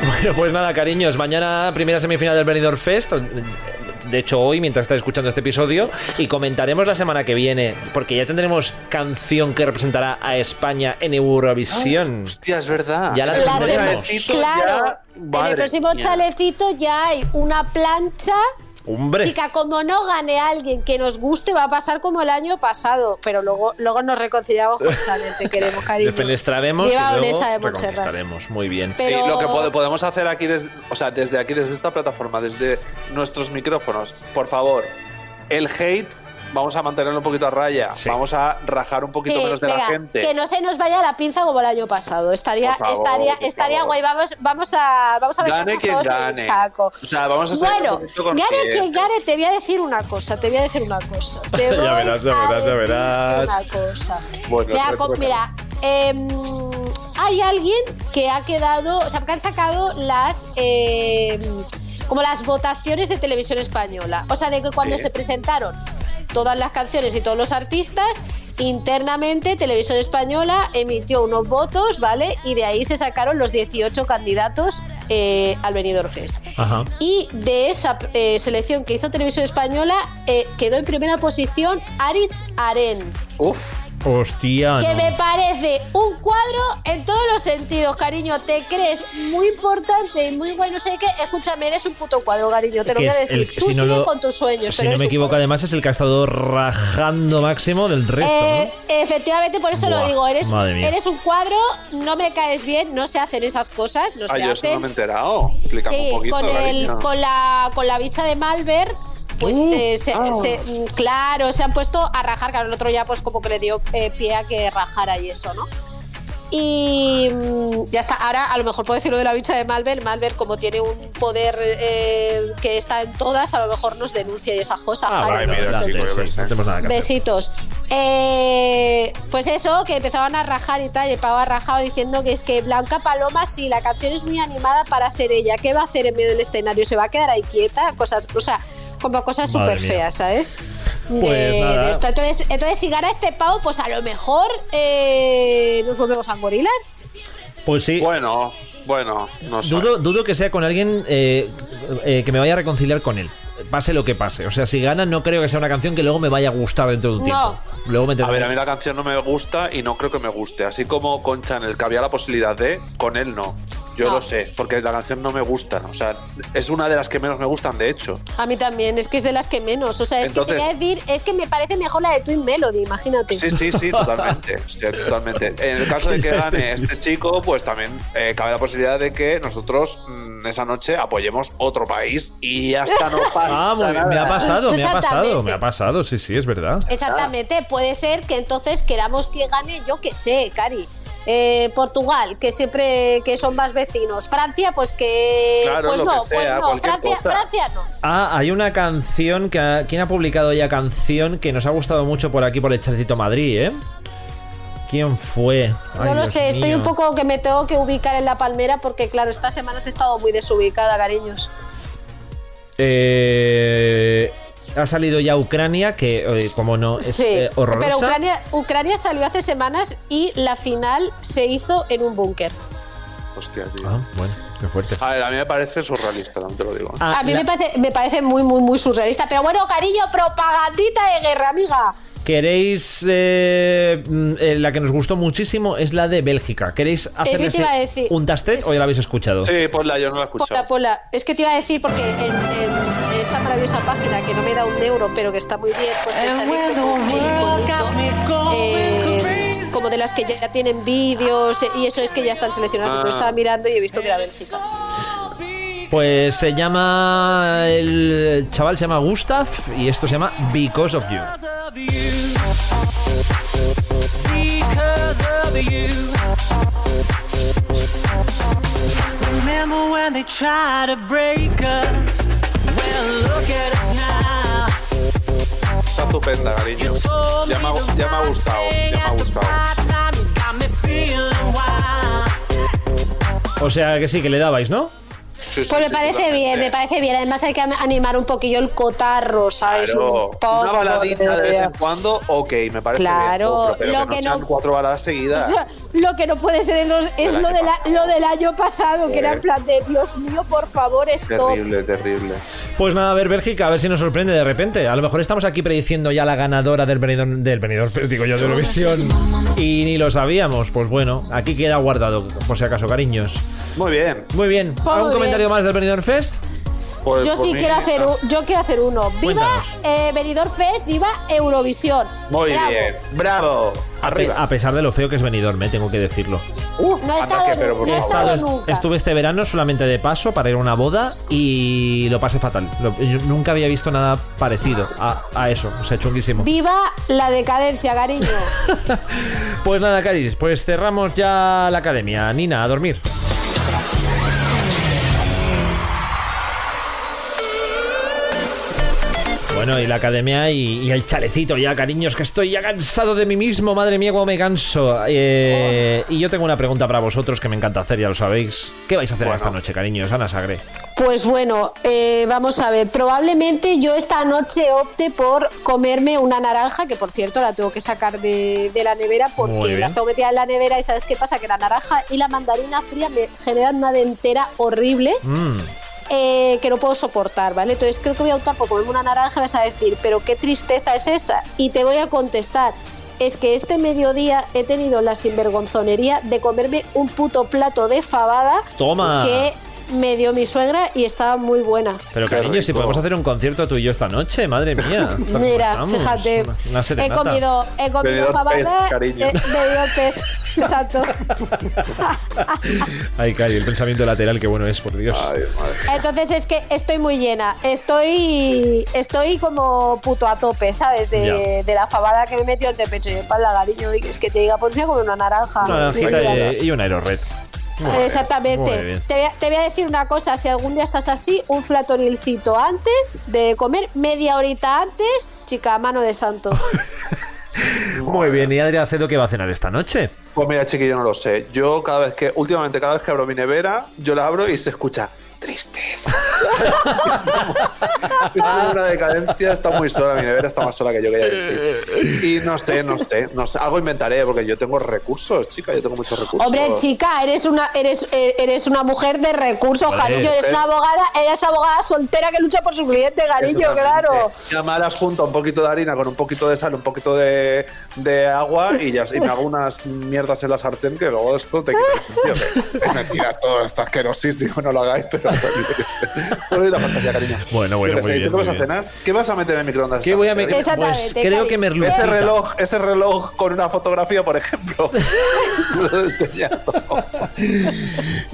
F: Bueno, pues nada, cariños. Mañana, primera semifinal del Benidorm Fest. De hecho, hoy, mientras estáis escuchando este episodio, y comentaremos la semana que viene, porque ya tendremos canción que representará a España en Eurovisión.
A: hostia, es verdad.
F: Ya la
G: Ah, La
F: tendremos.
G: semana- claro, en
F: madre
G: el próximo
F: mía.
G: chalecito ya hay una plancha.
F: Hombre.
G: Chica, como no gane alguien que nos guste, va a pasar como el año pasado. Pero luego, luego nos reconciliamos con Chávez, te queremos, cariño.
F: Defenestraremos y
G: Viva
F: luego
G: Vanessa de Montserrat.
F: reconquistaremos. Muy bien.
G: Pero-
A: Sí, lo que pod- podemos hacer aquí, desde, o sea, desde aquí, desde esta plataforma, desde nuestros micrófonos, por favor, el hate, vamos a mantenerlo un poquito a raya, vamos a rajar un poquito
G: Que,
A: menos de la
G: venga,
A: gente.
G: que no se nos vaya la pinza como el año pasado. Estaría,
A: Por favor,
G: estaría,
A: por
G: estaría
A: favor.
G: guay. Vamos, vamos a, vamos a
A: gane
G: meternos
A: quien
G: todos en el
A: gane.
G: saco.
A: O sea, vamos a ser
G: Bueno,
A: un poquito
G: Gare, que
A: conscientes.
G: Gare, te voy a decir una cosa, te voy a decir una cosa. Te voy
F: Ya verás, ya
G: a
F: verás, ya
G: decir
F: verás.
G: Una cosa.
F: Bueno,
G: mira,
F: te
G: co-
F: cuento.
G: mira, em, hay alguien que ha quedado, o sea, que han sacado las em, como las votaciones de televisión española. O sea, de que cuando
X: Sí.
G: se presentaron todas las canciones y todos los artistas, internamente Televisión Española emitió unos votos, ¿vale? Y de ahí se sacaron los 18 candidatos eh, al Benidorm Fest.
F: Ajá.
G: Y de esa eh, selección que hizo Televisión Española eh, quedó en primera posición Aritz Aren,
A: Uf.
F: Hostia.
G: que
F: Ah, no.
G: me parece un cuadro en todos los sentidos, cariño. Te crees muy importante y muy guay, no sé qué. Escúchame, eres un puto cuadro, cariño. Te lo
F: Que
G: voy a
F: es el-
G: decir. Tú
F: si no
G: sigue
F: lo-
G: con tus sueños.
F: Si no
G: pero eres
F: me
G: un
F: equivoco, además es el que ha estado rajando máximo del resto. ¿no?
G: Eh, Efectivamente, por eso
F: Buah,
G: lo digo. Eres,
F: madre mía.
G: eres un cuadro, no me caes bien, no se hacen esas cosas, no
A: Ay,
G: se
A: Ah, yo esto no
G: hacen.
A: me he enterado. Explícame
G: sí,
A: un poquito,
G: con, el,
A: cariño.
G: con, la, con la bicha de Malbert. Pues
A: Uh,
G: eh, se-
A: ah.
G: se- mm, claro, se han puesto a rajar, claro, el otro ya pues como que le dio eh, pie a que rajara y eso, ¿no? Y mm, ya está, ahora a lo mejor puedo decir lo de la bicha de Malbert, Malbert como tiene un poder eh, que está en todas, a lo mejor nos denuncia y esas cosas.
F: Ah,
G: ¿vale?
F: vale, mira,
G: Nosotros-
F: chico, sí, no tenemos nada que hacer.
G: Besitos. Eh, pues eso, que empezaban a rajar y tal, y el pavo ha rajado diciendo que es que Blanca Paloma, sí, la canción es muy animada para ser ella. ¿Qué va a hacer en medio del escenario? ¿Se va a quedar ahí quieta? Cosas, o sea, como cosas
F: Madre
G: súper
F: mía.
G: feas, ¿sabes? De-
F: Pues nada.
G: de esto. Entonces, entonces, si gana este pavo, pues a lo mejor eh, nos volvemos a engorilar.
F: Pues sí.
A: Bueno, bueno, no sé.
F: Dudo, dudo que sea con alguien eh, eh, que me vaya a reconciliar con él. Pase lo que pase. O sea, si gana, no creo que sea una canción que luego me vaya a gustar dentro de un tiempo. Luego me
A: A
F: tendré-
A: ver, a mí la canción no me gusta y no creo que me guste. Así como con Chanel, que había la posibilidad de, con él no. Yo lo sé, porque la canción no me gusta. O sea, es una de las que menos me gustan, de hecho.
G: A mí también, es que es de las que menos. O sea, es
A: Entonces-
G: que te voy a decir, es que me parece mejor la de Twin Melody, imagínate.
A: Sí, sí, sí, totalmente. Hostia, totalmente. En el caso de que gane este chico, pues también eh, cabe la posibilidad de que nosotros mm, esa noche apoyemos otro país y hasta no pasa.
F: Ah, muy bien, me ha
A: nada.
F: pasado, me ha pasado,
G: Exactamente.
F: me ha pasado, sí, sí, es verdad.
G: Exactamente, puede ser que entonces queramos que gane, yo que sé, Cari. Eh, Portugal, que siempre que son más vecinos. Francia, pues que.
F: Claro,
G: pues
F: lo
G: no,
F: que sea,
G: pues no.
F: cualquier
G: Francia,
F: cosa.
G: Francia no.
F: Ah, hay una canción que ha- ¿Quién ha publicado ya canción que nos ha gustado mucho por aquí por el Chalecito Madrid, eh? ¿Quién fue? Ay,
G: no lo
F: Dios
G: sé, estoy
F: mío.
G: un poco que me tengo que ubicar en la palmera porque, claro, estas semanas he estado muy desubicada, cariños.
F: Eh, ha salido ya Ucrania, que eh, como no es
G: sí,
F: eh, horrorosa.
G: pero Ucrania, Ucrania salió hace semanas y la final se hizo en un búnker.
A: Hostia, tío.
F: Ah, bueno, qué fuerte.
A: A ver, a mí me parece surrealista, también te lo digo.
F: Ah,
G: A mí me, parece, me parece muy, muy, muy surrealista. Pero bueno, cariño, propagandita de guerra, amiga.
F: ¿Queréis eh, mm, eh, la que nos gustó muchísimo es la de Bélgica? ¿Queréis hacer
G: que te iba a decir.
F: un tastet o ya la habéis escuchado?
A: Sí, ponla, yo no la he
G: Pola, Pola, es que te iba a decir porque en, en esta maravillosa página que no me da un euro pero que está muy bien, pues te sale como un iconito, eh, como de las que ya tienen vídeos eh, y eso es que ya están seleccionadas.
F: Ah.
G: Entonces estaba mirando y he visto que era Bélgica.
F: Pues se llama el chaval se llama Gustav y esto se llama Because of You.
D: because of you. Remember when they tried to break us? Well, look at us now.
A: Está estupenda, cariño. Ya me, ha, gu- ya me ha gustado, ya me ha gustado.
D: High oh, time you got me feeling wild.
F: O sea que sí, que le dabais, ¿no?
G: Pues me parece bien, me parece bien. Además hay que animar un poquillo el cotarro, ¿sabes?
A: Claro,
G: Un poco
A: una baladita de vez
G: de-
A: en cuando, ok, me parece
G: Claro,
A: bien. pero
G: lo
A: que no
G: que no-
A: sean cuatro baladas seguidas.
G: Lo que no puede ser es, los- es
A: Del
G: lo,
A: año
G: de la- lo del año pasado, que era en
A: Joder.
G: plan de Dios mío, por favor, stop.
A: Terrible, terrible.
F: Pues nada, a ver Bélgica, a ver si nos sorprende de repente. A lo mejor estamos aquí prediciendo ya la ganadora del Benidorm, del Benidorm, pues digo yo, de Eurovisión. Y ni lo sabíamos. Pues bueno, aquí queda guardado, por si acaso, cariños.
A: Muy bien.
F: Muy bien.
G: Pues Muy
F: ¿Algún
G: bien.
F: comentario más del Benidorm Fest?
A: pues
G: Yo sí quiero hacer, un- yo quiero hacer uno. Viva
F: Cuéntanos.
G: eh, Benidorm Fest, viva Eurovisión.
A: Muy
G: Bravo.
A: bien. Bravo.
F: A, pe- a pesar de lo feo que es Benidorm, eh, tengo que decirlo.
G: No he estado, nu- no he estado nunca.
F: estuve este verano solamente de paso para ir a una boda y lo pasé fatal. Lo- yo nunca había visto nada parecido a, a eso. O sea, chunguísimo.
G: Viva la decadencia, cariño.
F: Pues nada, Caris, pues cerramos ya la academia. Nina, a dormir. Bueno, y la academia y, y el chalecito ya, cariños, que estoy ya cansado de mí mismo, madre mía, cómo me canso. Eh, y yo tengo una pregunta para vosotros que me encanta hacer, ya lo sabéis. ¿Qué vais a hacer esta noche, cariños? Ana Sagre.
G: Pues bueno, eh, vamos a ver. Probablemente yo esta noche opte por comerme una naranja, que por cierto la tengo que sacar de, de la nevera
F: Muy
G: porque
F: bien.
G: la tengo metida en la nevera y ¿sabes qué pasa? Que la naranja y la mandarina fría me generan una dentera horrible.
F: Mm.
G: eh, que no puedo soportar, ¿vale? Entonces creo que voy a optar por comerme una naranja y vas a decir, pero qué tristeza es esa. Y te voy a contestar, es que este mediodía he tenido la sinvergonzonería de comerme un puto plato de fabada
F: Toma.
G: que me dio mi suegra y estaba muy buena.
F: Pero, cariños, si podemos hacer un concierto tú y yo esta noche, madre mía. ¿cómo
G: Mira,
F: Pues estamos?
G: fíjate,
F: Una- una
G: he
F: serenata.
G: comido, he comido eh,
F: Benidorm Fest,
G: fabada, he
F: cariño.
G: bebido pez, exacto.
F: Ay, Cari, el pensamiento lateral, qué bueno es, por Dios.
G: Entonces es que estoy muy llena, estoy estoy como puto a tope, ¿sabes? De,
F: Ya.
G: de la fabada que me metió entre el pecho y el lagariño y es que te diga, pues voy a comer una naranja.
F: Una
A: Ah,
F: naranjita
G: Mira.
F: y, y un aerored. Muy bien, muy
G: Exactamente.
F: bien.
G: Te voy, a, te voy a decir una cosa, si algún día estás así, un flatorilcito antes de comer, media horita antes, chica, mano de santo.
F: Muy bien, ¿y Adri Acedo qué va a cenar esta noche?
A: Pues mira, chiquillo, no lo sé. Yo cada vez que, últimamente, cada vez que abro mi nevera, yo la abro y se escucha tristeza. es una decadencia, está muy sola, mi nevera está más sola que yo quería decir. Y no sé, no sé, no sé. Algo inventaré, porque yo tengo recursos, chica, yo tengo muchos recursos.
G: Hombre, chica, eres una, eres, eh, eres una mujer de recursos,
A: Joder.
G: Garillo. Eres una abogada, eres abogada soltera que lucha por su cliente, Garillo,
A: Exactamente.
G: claro.
A: Llamaras junto a un poquito de harina con un poquito de sal, un poquito de, de agua y ya y me hago unas mierdas en la sartén que luego esto te quita el sentido. Es mentira, esto está asquerosísimo, no lo hagáis, pero. Bueno, y la fantasía, cariño.
F: Bueno, bueno,
A: Yo qué sé,
F: muy
A: ¿y
F: bien,
A: ¿Tú qué vas
F: muy
A: a cenar? ¿Qué vas a meter en el microondas?
F: ¿Qué voy a meter?
G: Exactamente,
F: Pues creo
G: Cari.
F: que merlucita.
A: Ese Este reloj, ese reloj con una fotografía, por ejemplo.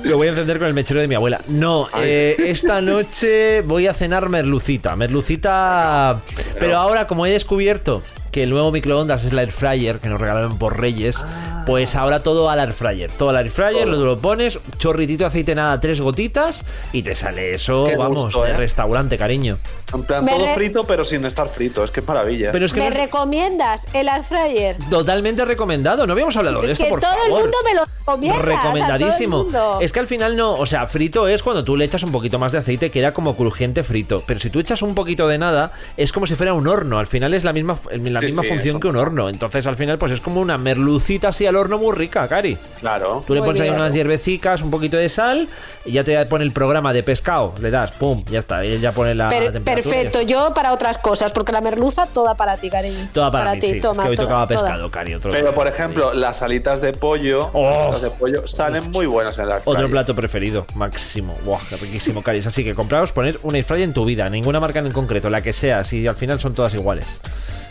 F: Lo voy a encender con el mechero de mi abuela. No, eh, esta noche voy a cenar merlucita. Merlucita. Pero ahora, como he descubierto que el nuevo microondas es la air fryer que nos regalaron por Reyes,
A: Ah.
F: pues ahora todo al air fryer. Todo al air fryer, lo, lo pones, chorritito de aceite nada, tres gotitas y te sale eso,
A: Qué
F: vamos,
A: gusto,
F: de
A: ¿eh?
F: restaurante, cariño.
A: En plan,
G: Me
A: todo
G: re-
A: frito, pero sin estar frito. Es que es maravilla.
F: Pero es que
G: ¿Me
F: no es
G: recomiendas el air fryer?
F: totalmente recomendado. No habíamos hablado de
G: Es
F: esto,
G: que
F: por
G: todo el
F: favor.
G: mundo me lo recomienda. o sea, todo el
F: Recomendadísimo.
G: mundo.
F: Es que al final no, o sea, frito es cuando tú le echas un poquito más de aceite, queda como crujiente frito. Pero si tú echas un poquito de nada, es como si fuera un horno. Al final es la misma, la
A: Sí,
F: misma
A: sí,
F: función
A: eso.
F: que un horno. Entonces al final, pues es como una merlucita así al horno muy rica, Cari.
A: Claro.
F: Tú le
A: Muy
F: pones ahí
A: bien.
F: unas hierbecicas, un poquito de sal, y ya te pone el programa de pescado. Le das, pum, ya está. y ya pone la
G: Per-
F: temperatura. y ya
G: perfecto,
F: está.
G: yo para otras cosas, porque la merluza toda para ti, cariño.
F: Toda para, mí,
G: ti,
F: sí.
G: toma,
F: es que hoy
G: toda,
F: tocaba
G: toda.
F: pescado, Cari. Otro
A: Pero por ejemplo, las alitas de pollo, las de pollo salen muy buenas en la
F: Oh. Otro plato preferido, máximo. Guau, qué riquísimo, Caris. Así que compraos, poner una air fryer en tu vida, ninguna marca en concreto, la que sea, si al final son todas iguales.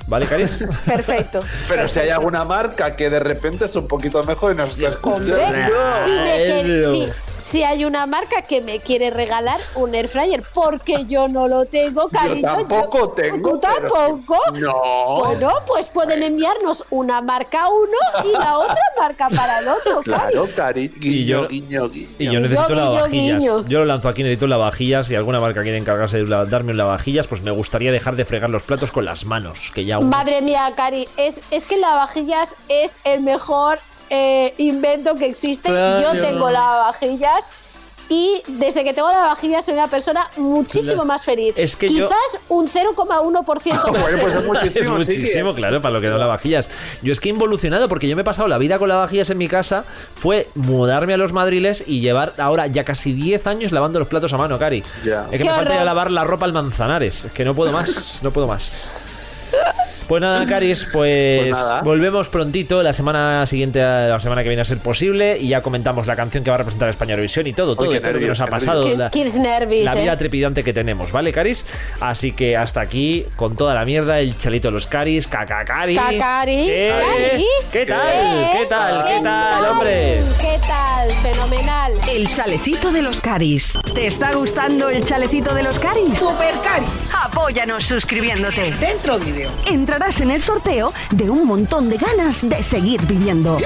F: ¿Vale, Caris?
G: Perfecto.
A: Pero si hay alguna marca que de repente es un poquito mejor y nos está escuchando.
G: Hombre, si, me quiere-
A: Claro.
G: si- si hay una marca que me quiere regalar un air fryer, porque yo no lo tengo, cariño.
A: tampoco
G: yo-
A: tengo,
G: ¿Tú
A: pero-
G: tampoco?
A: No.
G: Bueno, pues pueden enviarnos una marca a uno y la otra marca para el otro, cari.
A: Claro, cari. Guiño,
F: yo-
A: guiño, guiño.
F: Y yo necesito
G: guiño,
F: lavavajillas.
G: guiño.
F: Yo lo lanzo aquí, necesito un lavavajillas. Si alguna marca quiere encargarse de la- darme un lavavajillas, pues me gustaría dejar de fregar los platos con las manos, que ya uno-
G: Madre mía, Cari, es, es que lavavajillas es el mejor eh, invento que existe.
F: Claro.
G: Yo tengo lavavajillas y desde que tengo la vajilla soy una persona muchísimo
F: Claro.
G: más feliz.
F: Es que yo-
G: Quizás un 0,1% más
F: Bueno, pues es
G: feliz.
F: muchísimo, claro, para lo que da la vajillas. Yo es que he involucionado porque yo me he pasado la vida con la vajillas en mi casa, fue mudarme a los madriles y llevar ahora ya casi 10 años lavando los platos a mano, Cari. Es
G: Qué
F: que me falta ya
G: horror.
F: lavar la ropa al manzanares, es que no puedo más, no puedo más. Pues nada, Caris, pues,
A: Pues nada.
F: volvemos prontito, la semana siguiente, a la semana que viene a ser posible, y ya comentamos la canción que va a representar España Eurovisión y todo, todo, todo
A: qué
F: lo que
A: nervios,
F: nos ha
A: qué
F: pasado.
A: nervios.
F: la-
G: Qué nervios,
F: la
G: eh.
F: vida trepidante que tenemos, ¿vale, Caris? Así que hasta aquí, con toda la mierda, el chalito de los Caris, cacacari.
G: Cacari.
F: ¿Qué,
G: Cari.
F: ¿Qué tal?
G: ¿Qué?
F: ¿Qué tal? ¿Qué tal, hombre?
G: ¿Qué tal? Fenomenal.
B: El chalecito de los caris. ¿Te está gustando el chalecito de los caris? ¡Super caris! Apóyanos suscribiéndote. Dentro vídeo. Entrarás en el sorteo de un montón de ganas de seguir viviendo.